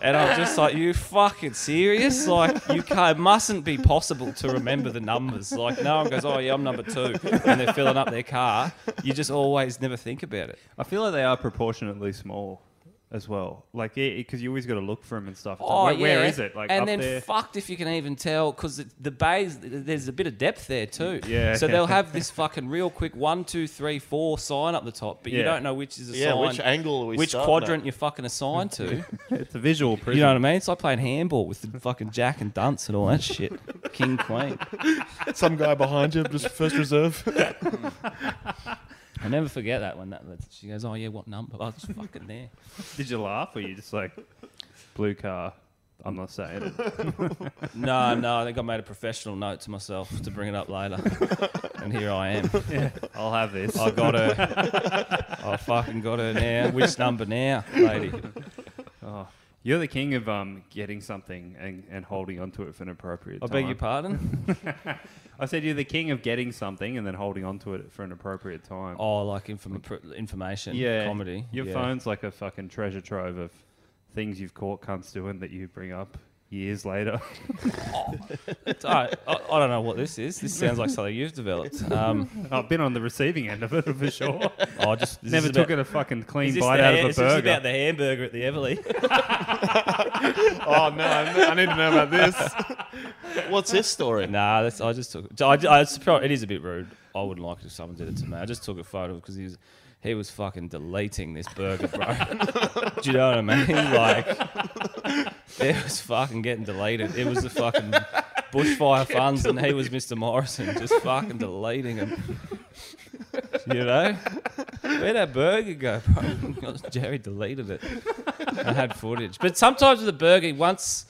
Speaker 11: And I'm just like, you fucking serious? Like, you can't, it mustn't be possible to remember the numbers. Like, no one goes, oh, yeah, I'm number two. And they're filling up their car. You just always never think about it.
Speaker 1: I feel like they are proportionately small as well. Like, because you always got to look for them and stuff. It's
Speaker 11: Oh,
Speaker 1: like, where-
Speaker 11: yeah.
Speaker 1: where is it? Like,
Speaker 11: and
Speaker 1: up
Speaker 11: then
Speaker 1: there.
Speaker 11: fucked if you can even tell because the, the bays there's a bit of depth there too.
Speaker 1: Yeah.
Speaker 11: So they'll have this fucking real quick one, two, three, four sign up the top, but you
Speaker 1: Yeah.
Speaker 11: don't know which is a
Speaker 9: Yeah,
Speaker 11: sign,
Speaker 9: which angle are we
Speaker 11: which
Speaker 9: starting
Speaker 11: quadrant
Speaker 9: at?
Speaker 11: you're fucking assigned to.
Speaker 1: it's a visual prison.
Speaker 11: you know what I mean? It's like playing handball with the fucking jack and dunce and all that shit, king queen.
Speaker 10: Some guy behind you, just first reserve.
Speaker 11: I never forget that one. That, that she goes, "Oh yeah, what number?" I was fucking there.
Speaker 1: Did you laugh or you just like, blue car? I'm not saying it.
Speaker 11: No, no, I think I made a professional note to myself to bring it up later, and here I am.
Speaker 1: I'll have this.
Speaker 11: I got her. I fucking got her now. Which number now, lady?
Speaker 1: You're the king of um, getting something and, and holding onto it for an appropriate
Speaker 11: I
Speaker 1: time.
Speaker 11: beg your pardon.
Speaker 1: I said you're the king of getting something and then holding onto it for an appropriate time.
Speaker 11: Oh, like inform- pr- information,
Speaker 1: yeah.
Speaker 11: comedy.
Speaker 1: Your
Speaker 11: yeah.
Speaker 1: phone's like a fucking treasure trove of things you've caught cunts doing that you bring up years later.
Speaker 11: I, I, I don't know what this is. This sounds like something you've developed. Um, oh,
Speaker 1: I've been on the receiving end of it for sure.
Speaker 11: I just this
Speaker 1: Never
Speaker 11: is
Speaker 1: took
Speaker 11: about,
Speaker 1: it a fucking
Speaker 11: Is
Speaker 1: clean
Speaker 11: this
Speaker 1: bite
Speaker 11: the
Speaker 1: out
Speaker 11: ha-
Speaker 1: of a
Speaker 11: is this
Speaker 1: burger.
Speaker 11: about the hamburger at the Everly.
Speaker 10: oh no, I I need to know about this.
Speaker 9: What's his story?
Speaker 11: Nah, that's, I just took. I, I, it's probably, it is a bit rude. I wouldn't like it if someone did it to me. I just took a photo because he was he was fucking deleting this burger, bro. Do you know what I mean? Like it was fucking getting deleted. It was the fucking bushfire funds, and he was Mr. Morrison just fucking deleting them. You know, where'd that burger go, bro? Jerry deleted it. I had footage, but sometimes with a burger, once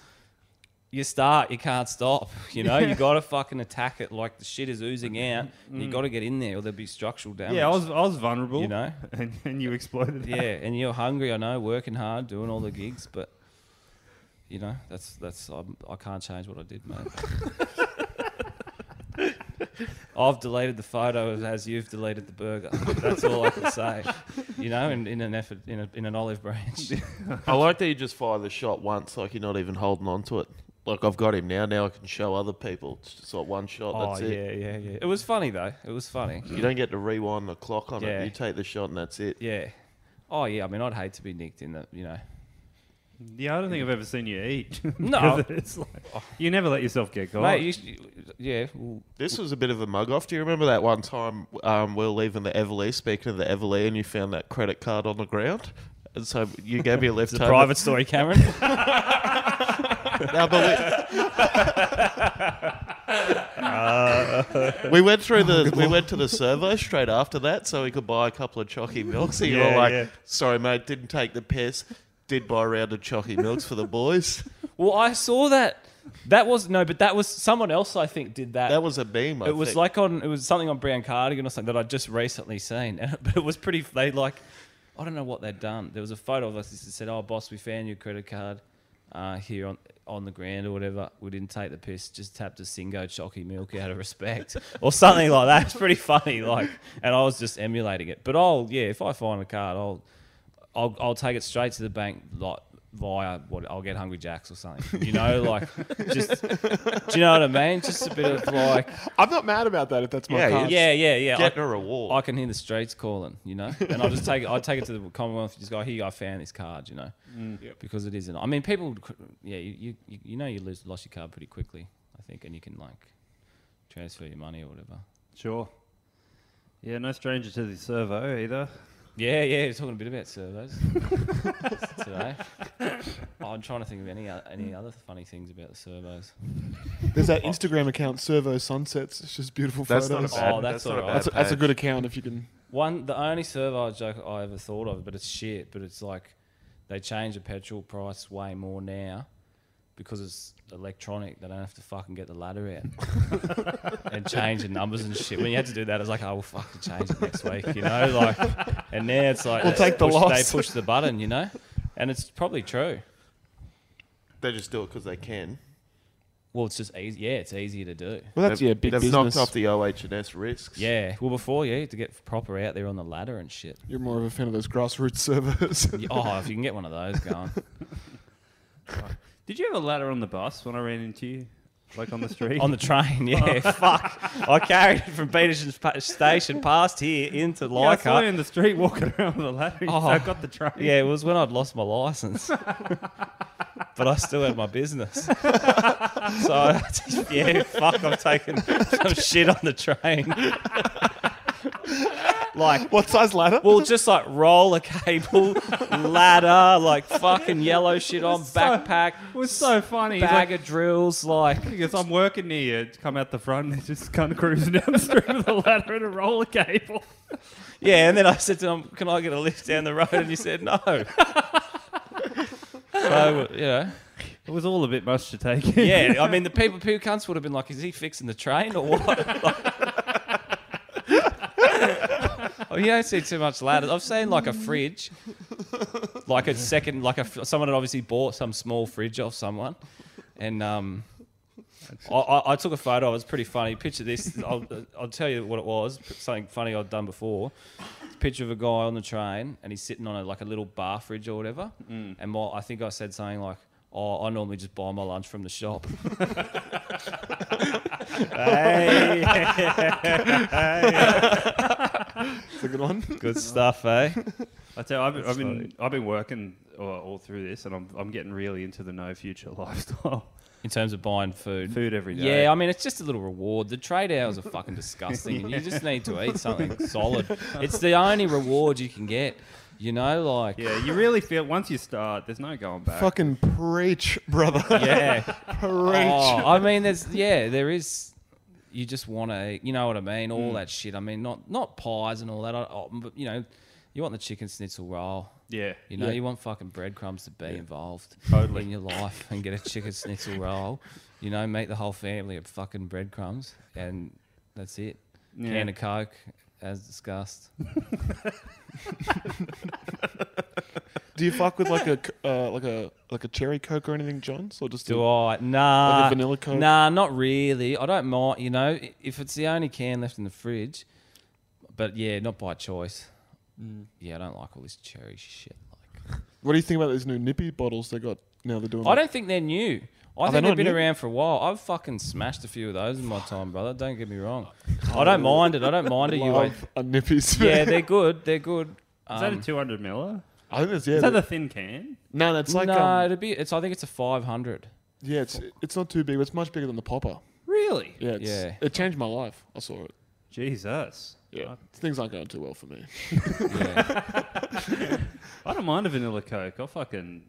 Speaker 11: you start, you can't stop. You know, you got to fucking attack it like the shit is oozing out. You got to get in there, or there'll be structural damage.
Speaker 1: Mm. yeah, I was I was vulnerable.
Speaker 11: You know?
Speaker 1: and, and you exploited.
Speaker 11: yeah, and you're hungry. I know, working hard, doing all the gigs, but you know, that's that's I'm, I can't change what I did, mate. I've deleted the photo as- as you've deleted the burger. That's all I can say. You know, in, in an effort, in, a, in an olive branch.
Speaker 9: I like that you just fire the shot once, like you're not even holding on to it. Like I've got him now. Now I can show other people. It's just like one shot.
Speaker 11: oh
Speaker 9: that's
Speaker 11: yeah,
Speaker 9: it.
Speaker 11: yeah, yeah. It was funny though. It was funny.
Speaker 9: You don't get to rewind the clock on
Speaker 11: Yeah.
Speaker 9: it. You take the shot and that's it.
Speaker 11: Yeah. Oh yeah. I mean, I'd hate to be nicked in the. You know.
Speaker 1: Yeah, I don't think I've ever seen you eat.
Speaker 11: No.
Speaker 1: Because it's like, you never let yourself get caught.
Speaker 11: Mate, you, sh- yeah. well,
Speaker 9: This was a bit of a mug off. Do you remember that one time um, we were leaving the Everlee, speaking of the Everlee, and you found that credit card on the ground? And so you gave me a left
Speaker 11: It's a private story, Cameron.
Speaker 9: Now, but we, we went through the we went to the servo straight after that, so we could buy a couple of chalky milks. So you're
Speaker 12: Yeah,
Speaker 9: all like,
Speaker 12: yeah.
Speaker 9: "Sorry, mate, didn't take the piss. Did buy a round of chalky milks for the boys."
Speaker 11: Well, I saw that. That was no, but that was someone else. I think did that.
Speaker 9: That was a beam. I
Speaker 11: it was
Speaker 9: think.
Speaker 11: like on. It was something on Brown Cardigan or something that I'd just recently seen. And, but it was pretty. They like. I don't know what they'd done. There was a photo of us that said, "Oh, boss, we found your credit card uh, here on on the ground or whatever. We didn't take the piss. Just tapped a singo chalky milk out of respect or something like that. It's pretty funny. Like, and I was just emulating it. But I'll yeah, if I find a card, I'll I'll, I'll take it straight to the bank like via what I'll get Hungry Jacks or something. You know, like just do you know what I mean? Just a bit of like
Speaker 10: I'm not mad about that if that's my card.
Speaker 11: yeah, yeah, yeah.
Speaker 10: Getting
Speaker 11: I,
Speaker 10: a
Speaker 11: reward. I can hear the streets calling, you know, and I just take it. I take it to the Commonwealth. Just go, here, you go, I found this card, you know,
Speaker 10: Mm. Yep.
Speaker 11: because it isn't. I mean, people, would cr- yeah, you you, you know, you lose lost your card pretty quickly, I think, and you can like transfer your money or whatever.
Speaker 1: Sure. Yeah, no stranger to the servo either.
Speaker 11: Yeah, yeah, we're talking a bit about servos today. I'm trying to think of any o- any other funny things about the servos.
Speaker 10: There's that Instagram account, Servo Sunsets. It's just beautiful
Speaker 9: That's not a
Speaker 10: photos.
Speaker 9: bad-
Speaker 11: Oh, that's that's not a alright. bad
Speaker 10: That's, a, that's a
Speaker 11: page.
Speaker 10: good account if you can.
Speaker 11: One, the only servo joke I ever thought of, but it's shit. But it's like they change the petrol price way more now because it's electronic. They don't have to fucking get the ladder out and change the numbers and shit. When you had to do that, it's like, oh, we'll fucking change it next week, you know? Like, and now it's like
Speaker 9: We'll
Speaker 11: they
Speaker 9: take the
Speaker 11: push-
Speaker 9: loss.
Speaker 11: They push the button, you know, and it's probably true.
Speaker 9: They just do it because they can.
Speaker 11: Well, it's just easy. Yeah, it's easier to do.
Speaker 9: They've- They've knocked off the OH&S risks.
Speaker 11: Yeah. Well, before yeah, you had to get proper out there on the ladder and shit.
Speaker 10: You're more of a fan of those grassroots servos.
Speaker 11: Y- Oh, if you can get one of those going.
Speaker 1: Did you have a ladder on the bus when I ran into you? Like on the street?
Speaker 11: On the train, yeah. Fuck. I carried it from Peterson pa- Station past here into
Speaker 1: Yeah, I
Speaker 11: Leichhardt.
Speaker 1: saw you in the street walking around with a ladder. You
Speaker 11: Oh.
Speaker 1: said, I got the train.
Speaker 11: Yeah, it was when I'd lost my license. but I still had my business. so, I just- yeah, fuck, I'm taking some shit on the train. like
Speaker 10: what size ladder?
Speaker 11: Well, just like roller cable, ladder, like fucking yellow shit on, backpack.
Speaker 1: It was so funny. He's
Speaker 11: Bag
Speaker 1: like-
Speaker 11: of drills, like
Speaker 1: because I'm working near you. Come out the front, and they're just kind of cruising down the street with a ladder and a roller cable.
Speaker 11: Yeah, and then I said to him, "Can I get a lift down the road?" And he said, "No." so you know,
Speaker 1: It was all a bit much to take. in.
Speaker 11: yeah. I mean, the people, people cunts would have been like, "Is he fixing the train or what?" Like- Oh, you don't see too much ladders. I've seen like a fridge, like a second, like a f- someone had obviously bought some small fridge off someone, and um, I, I, I took a photo. It was pretty funny. Picture this. I'll, I'll tell you what it was. Something funny I'd done before. It's a picture of a guy on the train, and he's sitting on a, like a little bar fridge or whatever.
Speaker 1: Mm.
Speaker 11: And my, I think I said something like, "Oh, I normally just buy my lunch from the shop." hey.
Speaker 10: It's a good one.
Speaker 11: Good stuff, eh?
Speaker 1: I tell you, I've, I've
Speaker 11: That's
Speaker 1: been
Speaker 11: funny.
Speaker 1: I've been working uh, all through this, and I'm I'm getting really into the no future lifestyle.
Speaker 11: In terms of buying food,
Speaker 1: food every day.
Speaker 11: Yeah, I mean, it's just a little reward. The trade hours are fucking disgusting, and you just need to eat something solid. It's the only reward you can get, you know? Like,
Speaker 1: yeah, you really feel once you start, there's no going back.
Speaker 10: Fucking preach, brother.
Speaker 11: yeah.
Speaker 10: preach.
Speaker 11: Oh, I mean, there's, yeah, there is. You just want to, you know what I mean? All
Speaker 1: Mm.
Speaker 11: that shit. I mean, not not pies and all that, I- I- but, you know, you want the chicken schnitzel roll.
Speaker 1: Yeah.
Speaker 11: You know,
Speaker 1: Yeah.
Speaker 11: you want fucking breadcrumbs to be involved
Speaker 1: Totally.
Speaker 11: in your life and get a chicken schnitzel roll. You know, make the whole family of fucking breadcrumbs and that's it.
Speaker 1: Yeah.
Speaker 11: Can of Coke, as discussed.
Speaker 10: Do you fuck with like a c- uh, like a like a cherry coke or anything, John? Or just
Speaker 11: Do
Speaker 10: a-
Speaker 11: I? Nah.
Speaker 10: like a vanilla coke.
Speaker 11: Nah, not really. I don't mind. You know, i- if it's the only can left in the fridge, but yeah, not by choice.
Speaker 10: Mm.
Speaker 11: Yeah, I don't like all this cherry shit.
Speaker 10: What do you think about these new nippy bottles they got now? They're doing.
Speaker 11: I don't think they're new. I
Speaker 10: Are
Speaker 11: think
Speaker 10: they
Speaker 11: they've
Speaker 10: not
Speaker 11: been
Speaker 10: new?
Speaker 11: around for a while. I've fucking smashed a few of those in my time, brother. Don't get me wrong. I don't mind it. I don't mind it. You
Speaker 10: Love a nippies.
Speaker 11: Yeah, they're good. They're good.
Speaker 1: Is that a
Speaker 11: Um,
Speaker 1: 200 miller?
Speaker 10: I think it's yeah.
Speaker 1: Is that
Speaker 10: the-
Speaker 1: a thin can?
Speaker 10: no, that's like
Speaker 11: no,
Speaker 10: um,
Speaker 11: it'd be. It's. I think it's a five hundred.
Speaker 10: yeah. It's it's not too big. It's much bigger than the popper.
Speaker 11: Really?
Speaker 10: Yeah. It's,
Speaker 11: Yeah.
Speaker 10: It changed my life. I saw it.
Speaker 1: Jesus.
Speaker 10: Yeah. Things aren't going too well for me.
Speaker 1: I don't mind a vanilla coke. I'll fucking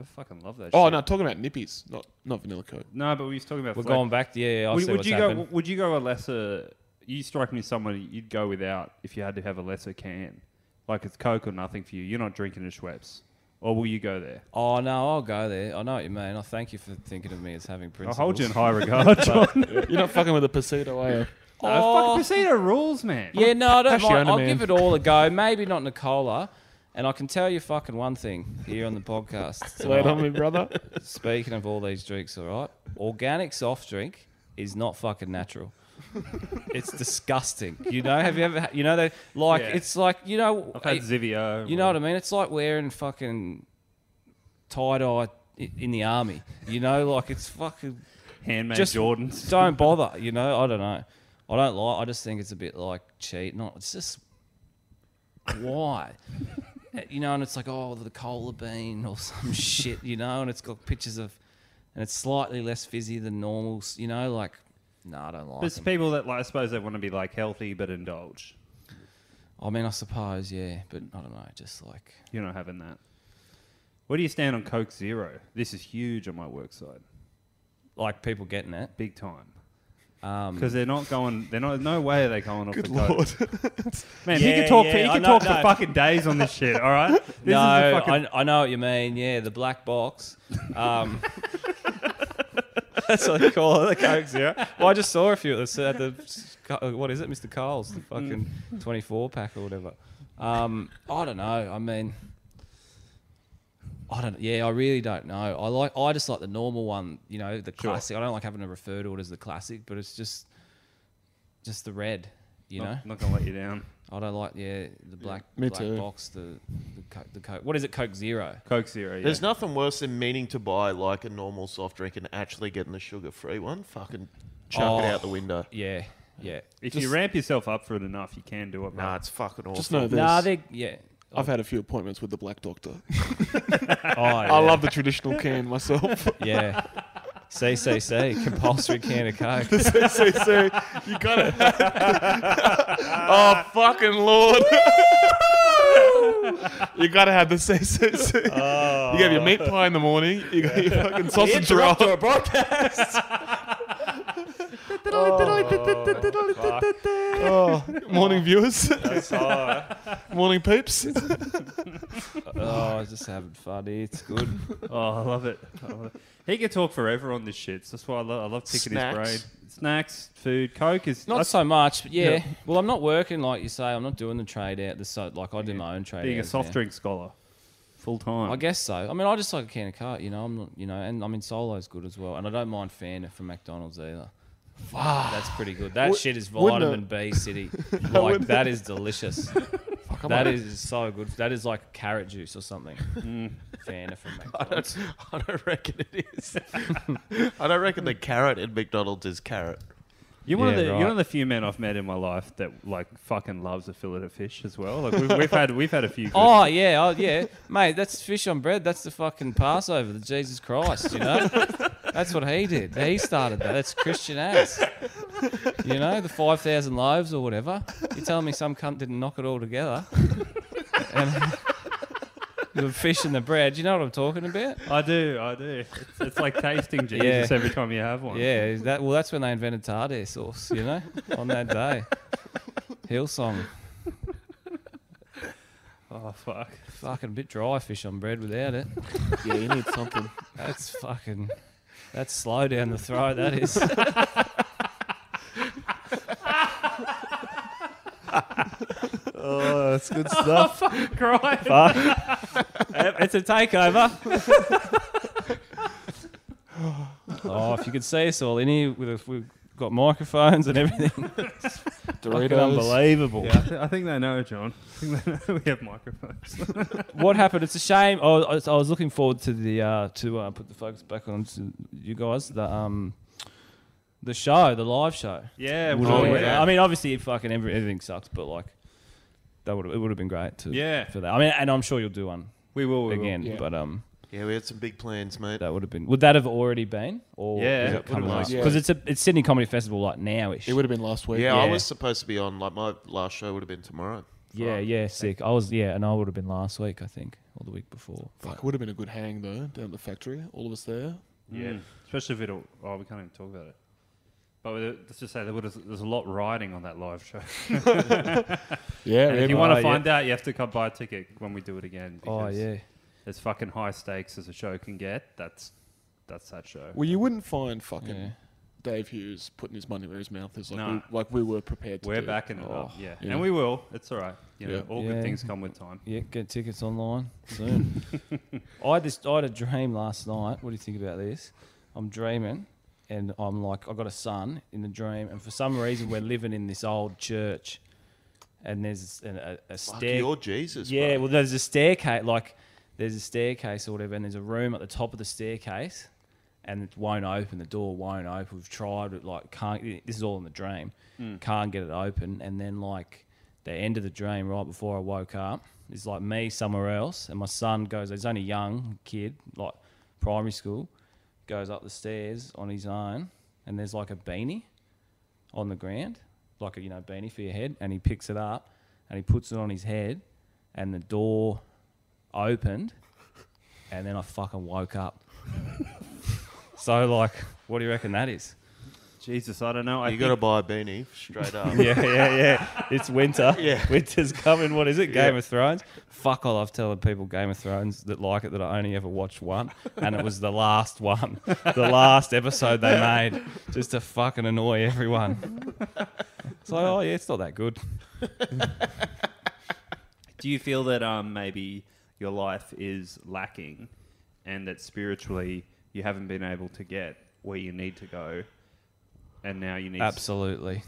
Speaker 1: I fucking love that.
Speaker 10: Oh
Speaker 1: shit.
Speaker 10: no, talking about nippies, not not vanilla coke.
Speaker 1: No, but we was talking about.
Speaker 10: We're
Speaker 1: flavor.
Speaker 10: going back to- yeah, yeah, I
Speaker 1: would,
Speaker 10: see
Speaker 1: would
Speaker 10: what's
Speaker 1: you go?
Speaker 10: happened.
Speaker 1: Would you go a lesser? You strike me as someone you'd go without if you had to have a lesser can, like it's Coke or nothing for you. You're not drinking a Schweppes, or will you go there?
Speaker 11: Oh no, I'll go there. I know what you mean. I thank you for thinking of me as having
Speaker 1: I'll
Speaker 11: principles.
Speaker 1: hold you in high regard, John.
Speaker 10: You're not fucking with a Pasito, are you?
Speaker 1: No,
Speaker 11: Oh.
Speaker 1: fucking Pasito rules, man.
Speaker 11: Yeah, no, I don't
Speaker 10: Passion,
Speaker 11: mind. I'll
Speaker 10: man.
Speaker 11: give it all a go. Maybe not Nicola. And I can tell you fucking one thing here on the podcast.
Speaker 10: Lay it on
Speaker 11: tonight.
Speaker 10: me, brother.
Speaker 11: Speaking of all these drinks, all right, organic soft drink is not fucking natural. it's disgusting. You know, have you ever, ha- you know, they like,
Speaker 1: Yeah.
Speaker 11: it's like, you know,
Speaker 1: I've had
Speaker 11: it-
Speaker 1: Zivio.
Speaker 11: You know what I mean? It's like wearing fucking tie dye in the army. You know, like it's fucking
Speaker 1: Handmade
Speaker 11: just
Speaker 1: Jordans.
Speaker 11: Don't bother. You know, I don't know. I don't like. I just think it's a bit like cheat. Not. It's just why. You know, and it's like, oh, the cola bean or some shit, you know, and it's got pictures of, and it's slightly less fizzy than normal, s- you know, like, no, I don't like
Speaker 1: There's
Speaker 11: 'em.
Speaker 1: people that like, I suppose they want to be like healthy but indulge.
Speaker 11: I mean, I suppose, yeah, but I don't know, just like,
Speaker 1: You're not having that. Where do you stand on Coke Zero? This is huge on my work side.
Speaker 11: like people getting it.
Speaker 1: Big time.
Speaker 11: Um,
Speaker 1: Because they're not going, they're not. No way are they going off
Speaker 10: Good
Speaker 1: the
Speaker 10: lord.
Speaker 1: Coke. Man, he
Speaker 11: Yeah,
Speaker 1: could talk. for,
Speaker 11: yeah,
Speaker 1: he
Speaker 11: I
Speaker 1: could
Speaker 11: know-
Speaker 1: talk
Speaker 11: no.
Speaker 1: for fucking days on this shit. All right. This
Speaker 11: no,
Speaker 1: is the fucking,
Speaker 11: I, I know what you mean. Yeah, the black box. Um, that's what they call it, the Coke Zero. Well, I just saw a few at the, at the what is it, Mr. Carl's, the fucking
Speaker 1: Mm.
Speaker 11: 24 pack or whatever. Um, I don't know. I mean, I don't. Yeah, I really don't know. I like. I just like the normal one. You know, the
Speaker 1: Sure.
Speaker 11: classic. I don't like having to refer to it as the classic, but it's just, just the red. You
Speaker 1: Not-
Speaker 11: know,
Speaker 1: not gonna let you down.
Speaker 11: I don't like yeah the black
Speaker 10: me
Speaker 11: black
Speaker 10: too.
Speaker 11: box the the Coke, the Coke what is it Coke Zero
Speaker 1: Coke Zero. Yeah.
Speaker 9: There's nothing worse than meaning to buy like a normal soft drink and actually getting the sugar-free one. Fucking chuck it out the window.
Speaker 11: Oh, yeah yeah
Speaker 1: if you
Speaker 10: Just-
Speaker 1: ramp yourself up for it enough, you can do it.
Speaker 9: Nah,
Speaker 1: mate.
Speaker 9: it's fucking awful.
Speaker 10: Just know this.
Speaker 11: nah they yeah
Speaker 10: I've had a few appointments with the black doctor.
Speaker 11: oh,
Speaker 10: I love the traditional can myself.
Speaker 11: yeah CCC compulsory can of Coke
Speaker 10: so, so, so you gotta. oh fucking lord! you gotta have the say so, so. You have your
Speaker 1: Oh.
Speaker 10: meat pie in the morning. You got your fucking sausage roll.
Speaker 11: Oh,
Speaker 10: Oh, morning viewers. morning peeps.
Speaker 11: oh I was just having fun here. it's good
Speaker 1: Oh, I love it. I love it. He could talk forever on this shit. so that's why I love, I love picking his
Speaker 9: Snacks.
Speaker 1: brain. Snacks, food, Coke is
Speaker 11: not
Speaker 1: that's
Speaker 11: so much but yeah.
Speaker 1: Yeah.
Speaker 11: well I'm not working like you say I'm not doing the trade out the so like I do my own trade
Speaker 1: being a
Speaker 11: outs
Speaker 1: soft
Speaker 11: now.
Speaker 1: drink scholar, full time.
Speaker 11: I guess so. I mean, I just like a can of Coke, you know. I'm not, you know, and I mean, Solo's good as well, and I don't mind Fanta from McDonald's either. That's pretty good. That
Speaker 10: Wou-
Speaker 11: shit is
Speaker 10: wouldn't
Speaker 11: vitamin B city. Like
Speaker 10: wouldn't
Speaker 11: that is delicious.
Speaker 10: I'm
Speaker 11: That is so good. That is like carrot juice or something.
Speaker 10: Mm.
Speaker 11: Fanta from McDonald's.
Speaker 9: I don't reckon it is. I don't reckon the carrot in McDonald's is carrot.
Speaker 1: You're one of
Speaker 11: Yeah,
Speaker 1: the
Speaker 11: right.
Speaker 1: you're one of the few men I've met in my life that like fucking loves a fillet of fish as well. Like we've, we've had we've had a few. Good,
Speaker 11: Oh yeah, oh yeah, mate. That's fish on bread. That's the fucking Passover. The Jesus Christ, you know. That's what he did. He started that. That's Christian ass. You know, the five thousand loaves or whatever. You're telling me some cunt didn't knock it all together? and the fish and the bread. You know what I'm talking about?
Speaker 1: I do, I do. It's, it's like tasting Jesus
Speaker 11: Yeah.
Speaker 1: every time you have one.
Speaker 11: Yeah. is That well, that's when they invented tartare sauce. You know, on that day. Hillsong.
Speaker 1: Oh fuck.
Speaker 11: Fucking a bit dry fish on bread without it.
Speaker 10: Yeah, you need something.
Speaker 11: That's fucking. That's slow down the throat. That is.
Speaker 9: Oh, that's good stuff.
Speaker 11: Yep, it's a takeover. oh, if you could see us all in here, with a, we've got microphones and everything. Fucking
Speaker 10: Doritos.
Speaker 11: unbelievable.
Speaker 1: Yeah, I, th- I think they know, John. I think they know we have microphones.
Speaker 11: What happened? It's a shame. Oh, I was, I was looking forward to the uh, to uh, put the focus back on to you guys. The um, the show, the live show.
Speaker 1: Yeah,
Speaker 11: Would
Speaker 1: well,
Speaker 11: have been-
Speaker 1: yeah.
Speaker 11: I mean, obviously, fucking every, everything sucks, but like that would it would have been great to
Speaker 1: Yeah.
Speaker 11: for that. I mean, and I'm sure you'll do one
Speaker 1: we will we will.
Speaker 11: again,
Speaker 10: Yeah.
Speaker 11: but um.
Speaker 9: Yeah, we had some big plans, mate.
Speaker 11: That would have been. Would that have already been? Or
Speaker 1: Yeah, it
Speaker 11: is it
Speaker 1: would have
Speaker 11: coming
Speaker 1: been.
Speaker 11: up?
Speaker 10: Yeah.
Speaker 11: Because it's a it's Sydney Comedy Festival like nowish.
Speaker 10: It would have been last week.
Speaker 9: yeah, I
Speaker 11: Yeah.
Speaker 9: was supposed to be on. Like my last show would have been tomorrow.
Speaker 11: Yeah, yeah, sick. I was yeah, and I would have been last week, I think, or the week before.
Speaker 10: Fuck, it would have been a good hang though down at the factory. All of us there.
Speaker 1: Yeah, especially if it'll. Oh, we can't even talk about it. But with it- let's just say there was, there's a lot riding on that live show. and
Speaker 10: Yeah, we
Speaker 1: if you
Speaker 10: have-
Speaker 1: want
Speaker 10: Oh,
Speaker 1: to
Speaker 10: yeah.
Speaker 1: find out, you have to come buy a ticket when we do it again.
Speaker 11: Oh,
Speaker 1: because
Speaker 11: yeah.
Speaker 1: as fucking high stakes as a show can get. That's that's that show.
Speaker 10: Well, you wouldn't find fucking
Speaker 1: Yeah.
Speaker 10: Dave Hughes putting his money where his mouth is. Like,
Speaker 1: No.
Speaker 10: we, like we were prepared. to
Speaker 1: We're
Speaker 10: do.
Speaker 1: backing it up,
Speaker 10: Oh,
Speaker 1: yeah. and we will. It's all right. You know,
Speaker 10: Yeah.
Speaker 1: all
Speaker 11: Yeah.
Speaker 1: good things come with time.
Speaker 11: Yeah, get tickets online soon. I just I had a dream last night. What do you think about this? I'm dreaming, and I'm like I got a son in the dream, and for some reason we're living in this old church, and there's an, a, a stair.
Speaker 9: you're Jesus,
Speaker 11: Yeah,
Speaker 9: bro.
Speaker 11: well, there's a staircase. Like there's a staircase or whatever, and there's a room at the top of the staircase, and it won't open. The door won't open. We've tried it. Like can't. This is all in the dream.
Speaker 9: Hmm.
Speaker 3: Mm.
Speaker 11: Can't get it open, and then like the end of the dream, right before I woke up, is like me somewhere else, and my son goes. He's only a young kid, like primary school, goes up the stairs on his own, and there's like a beanie on the ground, like a you know beanie for your head, and he picks it up and he puts it on his head, and the door opened, and then I fucking woke up. so like, what do you reckon that is?
Speaker 1: Jesus, I don't know. I
Speaker 9: You gotta buy a beanie straight up.
Speaker 11: yeah, yeah, yeah. It's winter.
Speaker 9: Yeah.
Speaker 11: winter's coming. What is it? Game
Speaker 9: Yeah.
Speaker 11: of Thrones. Fuck! I love telling people Game of Thrones that like it that I only ever watched one, and it was the last one, the last episode they made, just to fucking annoy everyone. It's like, oh yeah, it's not that good.
Speaker 1: Do you feel that um, maybe your life is lacking and that spiritually you haven't been able to get where you need to go and now you need
Speaker 11: Absolutely.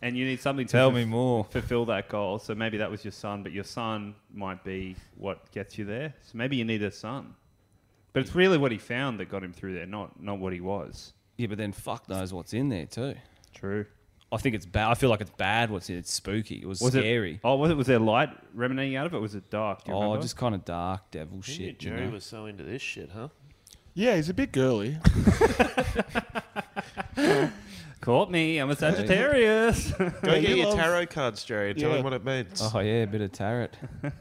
Speaker 1: and you need something to
Speaker 11: Tell
Speaker 1: fulf-
Speaker 11: me more.
Speaker 1: fulfill that goal. So maybe that was your son, but your son might be what gets you there. So maybe you need a son. But it's really what he found that got him through there, not not what he was.
Speaker 11: Yeah, but then fuck knows what's in there too.
Speaker 1: True.
Speaker 11: I think it's bad. I feel like it's bad. What's in it? It's spooky. It was,
Speaker 1: Was it-
Speaker 11: scary.
Speaker 1: oh, was it was there light emanating out of it? Was it dark? Do you
Speaker 11: oh,
Speaker 1: remember?
Speaker 11: just kind of dark devil
Speaker 9: Yeah,
Speaker 11: shit. you
Speaker 9: Jerry
Speaker 11: know?
Speaker 9: was so into this shit, huh?
Speaker 10: Yeah, he's a bit girly.
Speaker 1: Caught me. I'm a Sagittarius.
Speaker 9: Go get your tarot cards, Jerry. and Tell
Speaker 1: Yeah.
Speaker 9: him what it means.
Speaker 11: Oh yeah, a bit of tarot.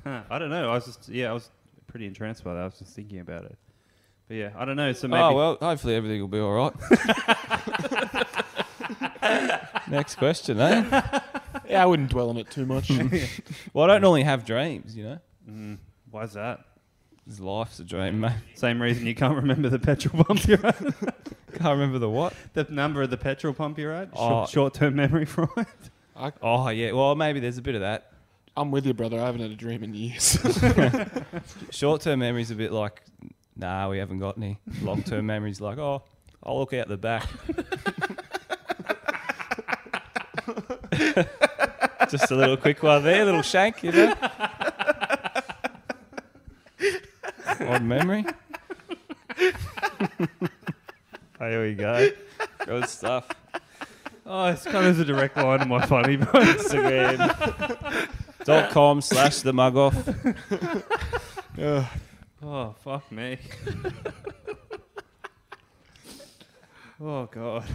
Speaker 11: Oh,
Speaker 1: I don't know. I was just yeah, I was pretty entranced by that. I was just thinking about it. But yeah, I don't know. So maybe
Speaker 11: Oh well, hopefully everything will be all right. Next question, eh?
Speaker 10: yeah, I wouldn't dwell on it too much.
Speaker 11: Well, I don't normally have dreams, you know.
Speaker 1: Mm, why's that?
Speaker 11: His life's a dream, mate.
Speaker 1: Same reason you can't remember the petrol pump you're at.
Speaker 11: can't remember the what?
Speaker 1: The number of the petrol pump you're at.
Speaker 11: Oh.
Speaker 1: Short, short-term memory fright.
Speaker 11: Oh yeah, well maybe there's a bit of that.
Speaker 10: I'm with you, brother. I haven't had a dream in years.
Speaker 11: Short-term memories a bit like, nah, we haven't got any. Long-term memories like, oh, I'll look out the back. Just a little quick one there, little shank, you know. Odd memory. Oh, here we go. Good stuff.
Speaker 1: Oh, it's kind of a direct line to my funny bone.
Speaker 11: Instagram. Dot com slash the mug off.
Speaker 1: Oh fuck me. oh god.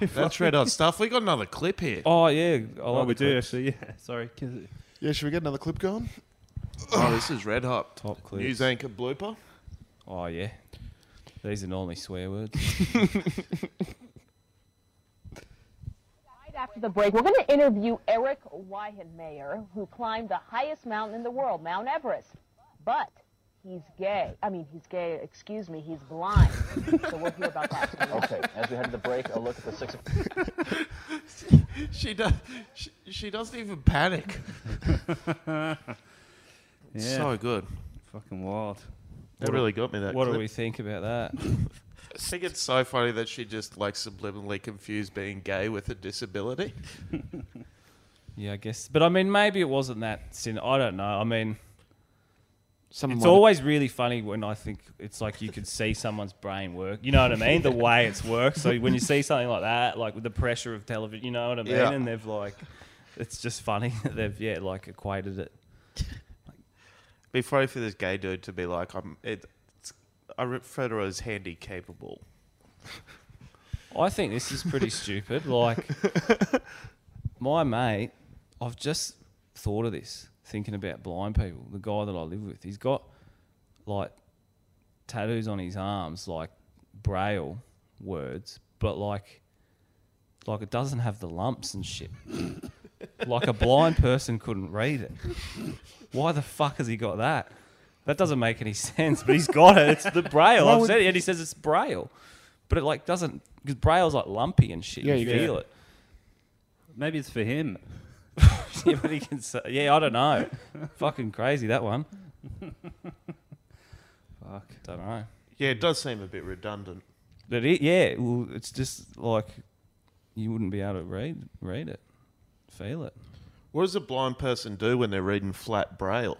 Speaker 9: That's red hot stuff. We got another clip here.
Speaker 11: Oh yeah, I
Speaker 1: Oh,
Speaker 11: like
Speaker 1: we
Speaker 11: the
Speaker 1: do
Speaker 11: clips.
Speaker 1: actually. Yeah. Sorry. Can-
Speaker 10: yeah, should we get another clip going?
Speaker 9: Oh, this is red hot.
Speaker 11: Top clips.
Speaker 9: News anchor blooper.
Speaker 11: Oh yeah, these are normally swear words.
Speaker 12: Right after the break, we're going to interview Eric Weihenmayer, who climbed the highest mountain in the world, Mount Everest. But he's gay. I mean, he's gay, excuse me, he's blind. so we'll hear about that.
Speaker 13: Okay, as we head to the break, a look at the six.
Speaker 9: She does. She, she doesn't even panic.
Speaker 1: yeah.
Speaker 9: So good.
Speaker 1: Fucking wild.
Speaker 9: That really got me. That.
Speaker 11: What do
Speaker 9: clip.
Speaker 11: we think about that?
Speaker 9: I think it's so funny that she just like subliminally confused being gay with a disability.
Speaker 11: yeah, I guess. But I mean, maybe it wasn't that sin. I don't know. I mean,
Speaker 10: Someone
Speaker 11: it's
Speaker 10: might-
Speaker 11: always really funny when I think it's like you could see someone's brain work. You know what I mean? The way it's worked. So when you see something like that, like with the pressure of television, you know what I mean?
Speaker 9: Yeah.
Speaker 11: And they've like, it's just funny that they've yeah like equated it.
Speaker 9: Be funny for this gay dude to be like, I'm. It, it's, I refer to it as handy capable.
Speaker 11: I think this is pretty stupid. Like, my mate, I've just thought of this, thinking about blind people. The guy that I live with, he's got like tattoos on his arms, like braille words, but like like it doesn't have the lumps and shit. like a blind person couldn't read it. Why the fuck has he got that? That doesn't make any sense, but he's got it. It's the braille.
Speaker 1: Why
Speaker 11: I've
Speaker 1: would-
Speaker 11: said it, and he says it's braille, but it like doesn't because braille's like lumpy and shit.
Speaker 1: Yeah,
Speaker 11: you
Speaker 1: you
Speaker 11: feel
Speaker 1: get
Speaker 11: it. Maybe it's for him. yeah, but he can say, yeah, I don't know. Fucking crazy that one. Fuck. Don't know.
Speaker 9: Yeah, it does seem a bit redundant.
Speaker 11: But it, yeah, well, it's just like you wouldn't be able to read read it, feel it.
Speaker 9: What does a blind person do when they're reading flat braille?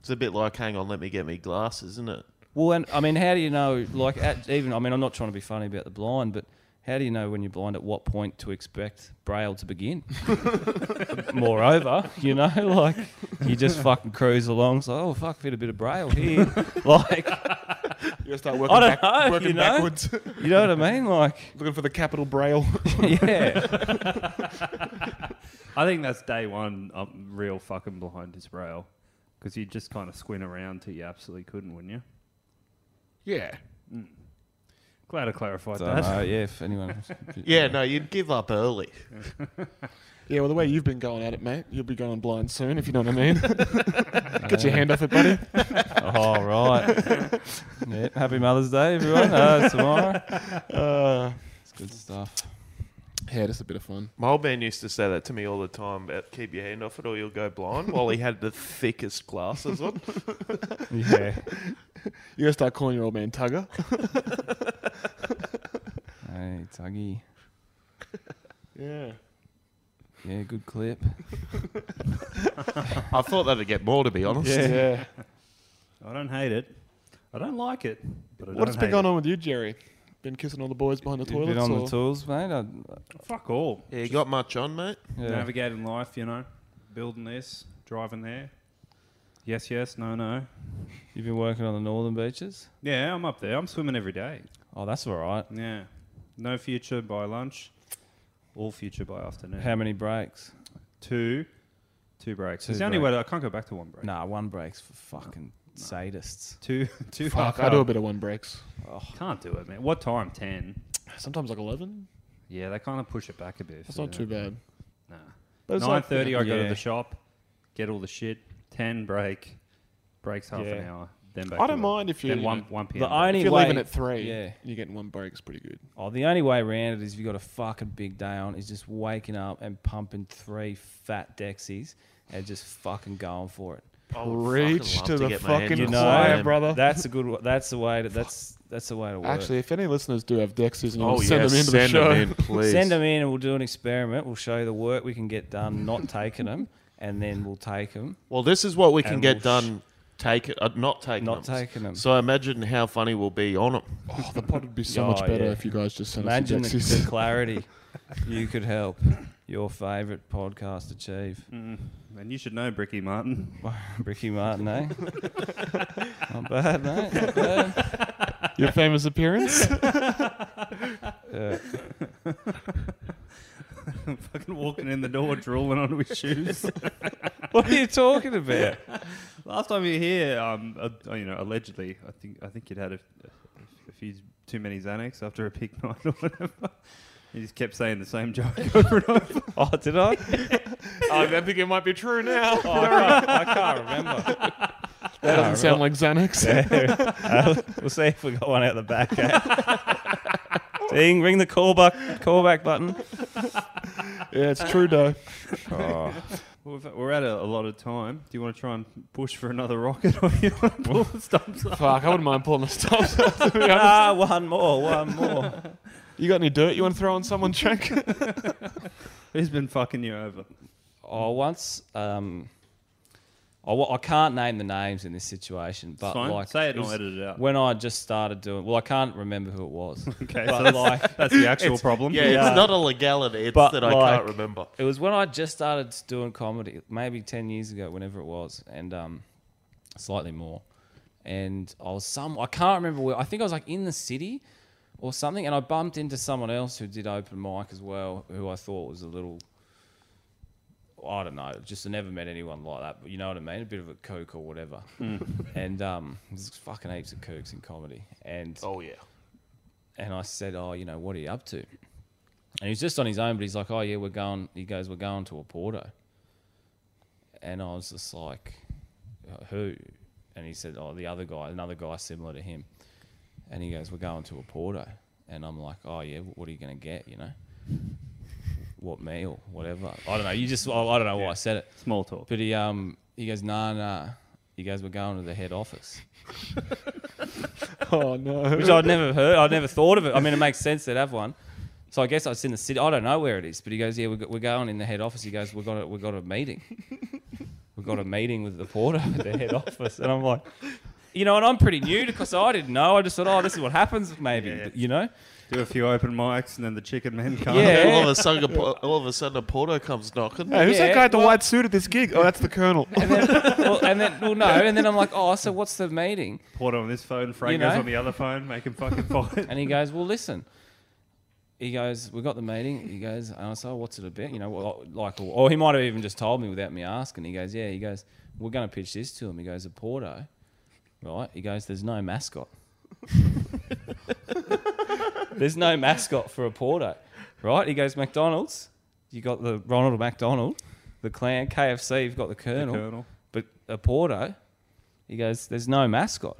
Speaker 9: It's a bit like, hang on, let me get me glasses, isn't it?
Speaker 11: Well, and I mean, how do you know? Like, at, even I mean, I'm not trying to be funny about the blind, but how do you know when you're blind at what point to expect braille to begin? Moreover, you know, like you just fucking cruise along. So, oh fuck, fit a bit of braille here. like,
Speaker 10: You start working,
Speaker 11: I don't
Speaker 10: back,
Speaker 11: know,
Speaker 10: working
Speaker 11: you know?
Speaker 10: backwards.
Speaker 11: You know what I mean? Like
Speaker 10: looking for the capital braille.
Speaker 1: yeah. I think that's day one. I'm real fucking behind this rail because you'd just kind of squint around till you absolutely couldn't, wouldn't you?
Speaker 10: Yeah.
Speaker 1: Glad I clarified
Speaker 11: Don't
Speaker 1: that.
Speaker 11: know, yeah, if anyone-
Speaker 9: Yeah, no, you'd give up early.
Speaker 10: Yeah, well, the way you've been going at it, mate, you'll be going blind soon, if you know what I mean. Get your hand off it, buddy.
Speaker 11: oh right. yeah, happy Mother's Day, everyone. Uh, it's tomorrow.
Speaker 10: Uh,
Speaker 11: it's good stuff.
Speaker 10: Yeah, just a bit of fun.
Speaker 9: My old man used to say that to me all the time about keep your hand off it or you'll go blind while he had the thickest glasses on.
Speaker 11: Yeah.
Speaker 10: you gotta start calling your old man Tugger.
Speaker 11: Hey, Tuggy.
Speaker 10: yeah.
Speaker 11: Yeah, good clip.
Speaker 9: I thought that'd get more, to be honest.
Speaker 1: I don't hate it. I don't like it. But I
Speaker 10: What's
Speaker 1: don't
Speaker 10: been
Speaker 1: hate
Speaker 10: going on with you, Jerry? Been kissing all the boys behind the
Speaker 11: You've
Speaker 10: toilets?
Speaker 11: been on
Speaker 10: or-
Speaker 11: the tools, mate. I,
Speaker 1: it. Fuck all.
Speaker 9: Yeah, you got much on, mate?
Speaker 11: Yeah.
Speaker 1: Navigating life, you know, building this, driving there. Yes, yes, no, no.
Speaker 11: you've been working on the northern beaches.
Speaker 1: Yeah, I'm up there. I'm swimming every day.
Speaker 11: Oh, that's all right.
Speaker 1: Yeah. No future by lunch. All future by afternoon.
Speaker 11: How many breaks?
Speaker 1: Two. Two breaks.
Speaker 11: Two
Speaker 1: it's the only
Speaker 11: breaks.
Speaker 1: way that I can't go back to one break.
Speaker 11: Nah, one break's for fucking sadists.
Speaker 1: Two, two.
Speaker 10: Fuck,
Speaker 1: half
Speaker 10: I do
Speaker 1: hour-
Speaker 10: a bit of one breaks.
Speaker 1: Can't do it, man. What time? Ten.
Speaker 10: Sometimes like 11.
Speaker 1: Yeah, they kind of push it back a bit.
Speaker 10: That's
Speaker 1: so
Speaker 10: not too bad.
Speaker 1: Nah.
Speaker 10: But it's
Speaker 1: Nine
Speaker 10: like-
Speaker 1: thirty, I go to
Speaker 10: Yeah.
Speaker 1: the shop, get all the shit. Ten break, breaks half an
Speaker 10: Yeah.
Speaker 1: hour. Then back.
Speaker 10: I
Speaker 1: to
Speaker 10: don't
Speaker 1: work.
Speaker 10: mind if you
Speaker 1: Then
Speaker 10: you
Speaker 1: one
Speaker 10: know,
Speaker 1: one p.m.
Speaker 11: The
Speaker 1: break.
Speaker 11: only
Speaker 10: if you're
Speaker 11: way-
Speaker 10: leaving at three,
Speaker 11: yeah.
Speaker 10: you're getting one break's pretty good.
Speaker 11: Oh, the only way around it is if you've got a fucking big day on, is just waking up and pumping three fat dexies and just fucking going for it.
Speaker 9: I would fucking Preach love to to the get my hand fucking
Speaker 11: You know,
Speaker 10: choir, brother.
Speaker 11: That's a good. wa- That's the way. To, that's that's the way to work.
Speaker 10: Actually, if any listeners do have Dexys and you want
Speaker 9: Oh,
Speaker 10: to send
Speaker 9: yes,
Speaker 10: them into
Speaker 9: send
Speaker 10: the show,
Speaker 9: them in, please.
Speaker 11: Send them in and we'll do an experiment. We'll show you the work we can get done, not taking them, and then we'll take them.
Speaker 9: Well, this is what we can
Speaker 11: And
Speaker 9: get
Speaker 11: we'll sh-
Speaker 9: done. Take it, uh, not taking
Speaker 11: Not
Speaker 9: them.
Speaker 11: taking 'em.
Speaker 9: So imagine how funny we'll be on them.
Speaker 10: Oh, the pod would be so much better if you guys just sent
Speaker 11: Imagine
Speaker 10: us
Speaker 11: the,
Speaker 10: some Dexys.
Speaker 11: the clarity you could help your favourite podcast achieve.
Speaker 1: Mm. And you should know, Bricky Martin.
Speaker 11: Ricky Martin, eh? Not bad, mate. Not bad.
Speaker 10: Your famous appearance?
Speaker 11: Yeah.
Speaker 1: Fucking walking in the door, drooling onto his shoes.
Speaker 11: what are you talking about?
Speaker 1: Last time you were here, um, uh, you know, allegedly, I think I think you'd had a, a few too many Xanax after a big night or whatever. You just kept saying the same joke over and over.
Speaker 11: Oh, did I?
Speaker 10: I don't think it might be true now.
Speaker 11: Oh, I, can't, I can't remember.
Speaker 10: That doesn't sound like Xanax.
Speaker 11: Yeah. Uh, we'll see if we got one out the back. eh? Ding, ring the callback callback button.
Speaker 10: yeah, it's true, though.
Speaker 11: Oh.
Speaker 1: Well, we've- we're at a, a lot of time. Do you want to try and push for another rocket, or you want to pull the stumps up?
Speaker 10: Fuck, I wouldn't mind pulling the stops out, to be honest.
Speaker 11: ah, one more, one more.
Speaker 10: You got any dirt you want to throw on someone, Jack?
Speaker 1: Who's been fucking you over?
Speaker 11: Oh, once. Um, I, wa- I can't name the names in this situation, but
Speaker 1: fine.
Speaker 11: like,
Speaker 1: Say it and
Speaker 11: was
Speaker 1: I'll edit it out.
Speaker 11: When I just started doing, well, I can't remember who it was.
Speaker 1: Okay, so that's- that's the actual
Speaker 11: it's-
Speaker 1: problem.
Speaker 9: Yeah, it's not a legality. It's
Speaker 11: but
Speaker 9: that I
Speaker 11: like,
Speaker 9: can't remember.
Speaker 11: It was when I just started doing comedy, maybe ten years ago, whenever it was, and um, slightly more. And I was some I can't remember where. I think I was like in the city or something, and I bumped into someone else who did open mic as well, who I thought was a little I don't know. Just I never met anyone like that. But you know what I mean? A bit of a kook or whatever.
Speaker 3: Mm.
Speaker 11: and um, there's fucking heaps of kooks in comedy. And oh yeah. And I said, oh, you know, what are you up to? And he's just on his own, but he's like, oh yeah, we're going. He goes, we're going to a Porto. And I was just like, uh, who? And he said, oh, the other guy, another guy similar to him. And he goes, we're going to a Porto. And I'm like, oh yeah, wh- what are you gonna get? You know, what meal, whatever. I don't know. You just, I, I don't know why I said it.
Speaker 1: Small talk.
Speaker 11: But he, um, he goes, nah, nah. He goes, we're going to the head office.
Speaker 10: Oh no.
Speaker 11: Which I'd never heard. I'd never thought of it. I mean, it makes sense they'd have one. So I guess I was in the city. I don't know where it is, but he goes, "Yeah, we're, go- we're going in the head office." He goes, "We got a, we got a meeting. we got a meeting with the porter at the head office." And I'm like, you know, and I'm pretty new because I didn't know. I just thought, "Oh, this is what happens, maybe." You know,
Speaker 1: do a few open mics and then the chicken men come.
Speaker 11: Yeah.
Speaker 9: All of a sudden, a por- all of a sudden, a porter comes knocking.
Speaker 10: Hey, who's that guy at the
Speaker 11: well-
Speaker 10: white suit at this gig? Oh, that's the Colonel.
Speaker 11: well, and then well, no, and then I'm like, "Oh, so what's the meeting?"
Speaker 1: Porter on this phone, Frank
Speaker 11: You know?
Speaker 1: goes on the other phone, make him fucking fight.
Speaker 11: And he goes, "Well, listen." He goes, "We got the meeting." He goes, and I said, oh, "What's it about?" You know, well, like, or, or he might have even just told me without me asking. He goes, "Yeah." He goes, "We're going to pitch this to him." He goes, "A Porto, right?" He goes, "There's no mascot. There's no mascot for a Porto, right?" He goes, "McDonald's, you got the Ronald McDonald, the Clan KFC, you've got the Colonel,
Speaker 1: Colonel.
Speaker 11: but a Porto." He goes, "There's no mascot."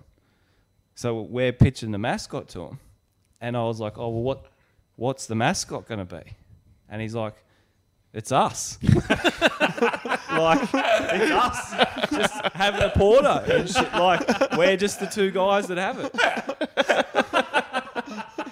Speaker 11: So we're pitching the mascot to him. And I was like, oh, well, what, what's the mascot going to be? And he's like, it's us. like, it's us. Just having a porter and shit. Like, we're just the two guys that have it.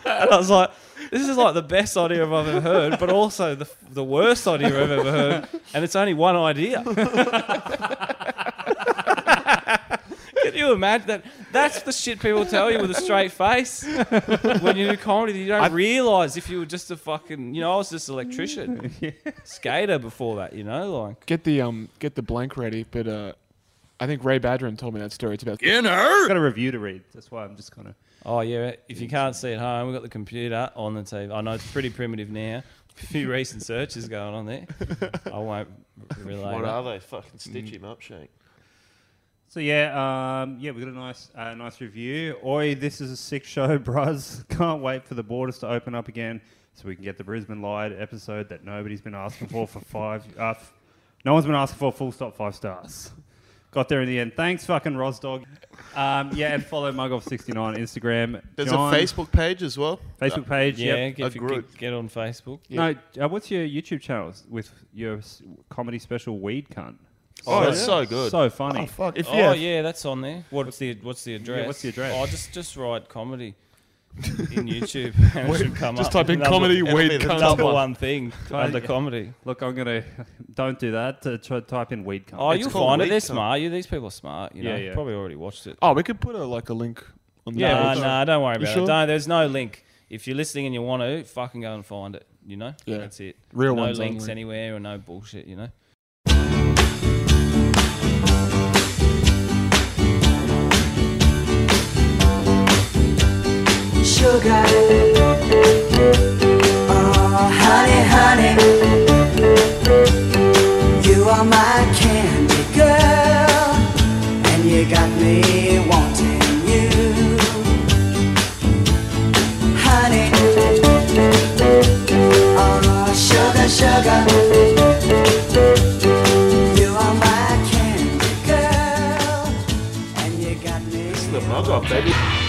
Speaker 11: and I was like, this is like the best idea I've ever heard, but also the, the worst idea I've ever heard. And it's only one idea. Can you imagine that? That's the shit people tell you with a straight face when you do comedy. You don't realize if you were just a fucking, you know, I was just an electrician, skater before that, you know, like.
Speaker 10: Get the um, get the blank ready. But uh, I think Ray Badron told me that story. It's about
Speaker 1: I've got a review to read. That's why I'm just kind of.
Speaker 11: Oh yeah, if you can't see at home, we've got the computer on the TV. I know it's pretty primitive now. A few recent searches going on there. I won't relay.
Speaker 9: What
Speaker 11: that.
Speaker 9: are they? Fucking stitch him up, Shane.
Speaker 1: So yeah, um, yeah, we got a nice, uh, nice review. Oi, this is a sick show, bruz. Can't wait for the borders to open up again, so we can get the Brisbane Lied episode that nobody's been asking for for five. Uh, f- no one's been asking for. Full stop. Five stars. Got there in the end. Thanks, fucking Rosdog. Um, yeah, and follow Mugoff69 on Instagram.
Speaker 9: There's
Speaker 1: John-
Speaker 9: a Facebook page as well. Oh,
Speaker 1: Facebook page.
Speaker 11: Yeah,
Speaker 1: yep.
Speaker 11: get, get, get on Facebook.
Speaker 1: No, uh, what's your YouTube channels with your s- comedy special Weed Cunt?
Speaker 11: Oh, it's so good.
Speaker 1: So funny.
Speaker 11: Oh,
Speaker 1: fuck.
Speaker 11: oh yeah, that's on there. What's the what's the address?
Speaker 1: what's the address?
Speaker 11: Oh, just just write comedy in YouTube. and it
Speaker 1: Wait,
Speaker 11: should come
Speaker 1: just
Speaker 11: up.
Speaker 1: type in
Speaker 11: Number-
Speaker 1: comedy
Speaker 11: it'll
Speaker 1: weed
Speaker 11: be the
Speaker 1: cunt.
Speaker 11: Number one thing
Speaker 1: Type-
Speaker 11: under comedy.
Speaker 1: Look, I'm gonna don't do that. To try, type in weed cunt.
Speaker 11: Oh, you'll find it. They're smart. You these people are smart. You know,
Speaker 1: Yeah, yeah.
Speaker 11: probably already watched it.
Speaker 10: Oh, we could put a like a link. on the
Speaker 11: Yeah, uh, nah,
Speaker 10: page.
Speaker 11: nah, don't worry
Speaker 10: You
Speaker 11: about
Speaker 10: sure?
Speaker 11: it. Don't, there's no link. If you're listening and you want to, fucking go and find it. You know,
Speaker 10: Yeah.
Speaker 11: that's it.
Speaker 10: Real
Speaker 11: no
Speaker 10: ones
Speaker 11: links
Speaker 10: only.
Speaker 11: anywhere or no bullshit. You know.
Speaker 14: Sugar, oh honey, honey, you are my candy girl, and you got me wanting you, honey. Oh sugar, sugar, you are my candy girl, and you got me.
Speaker 4: This is the mug off, baby.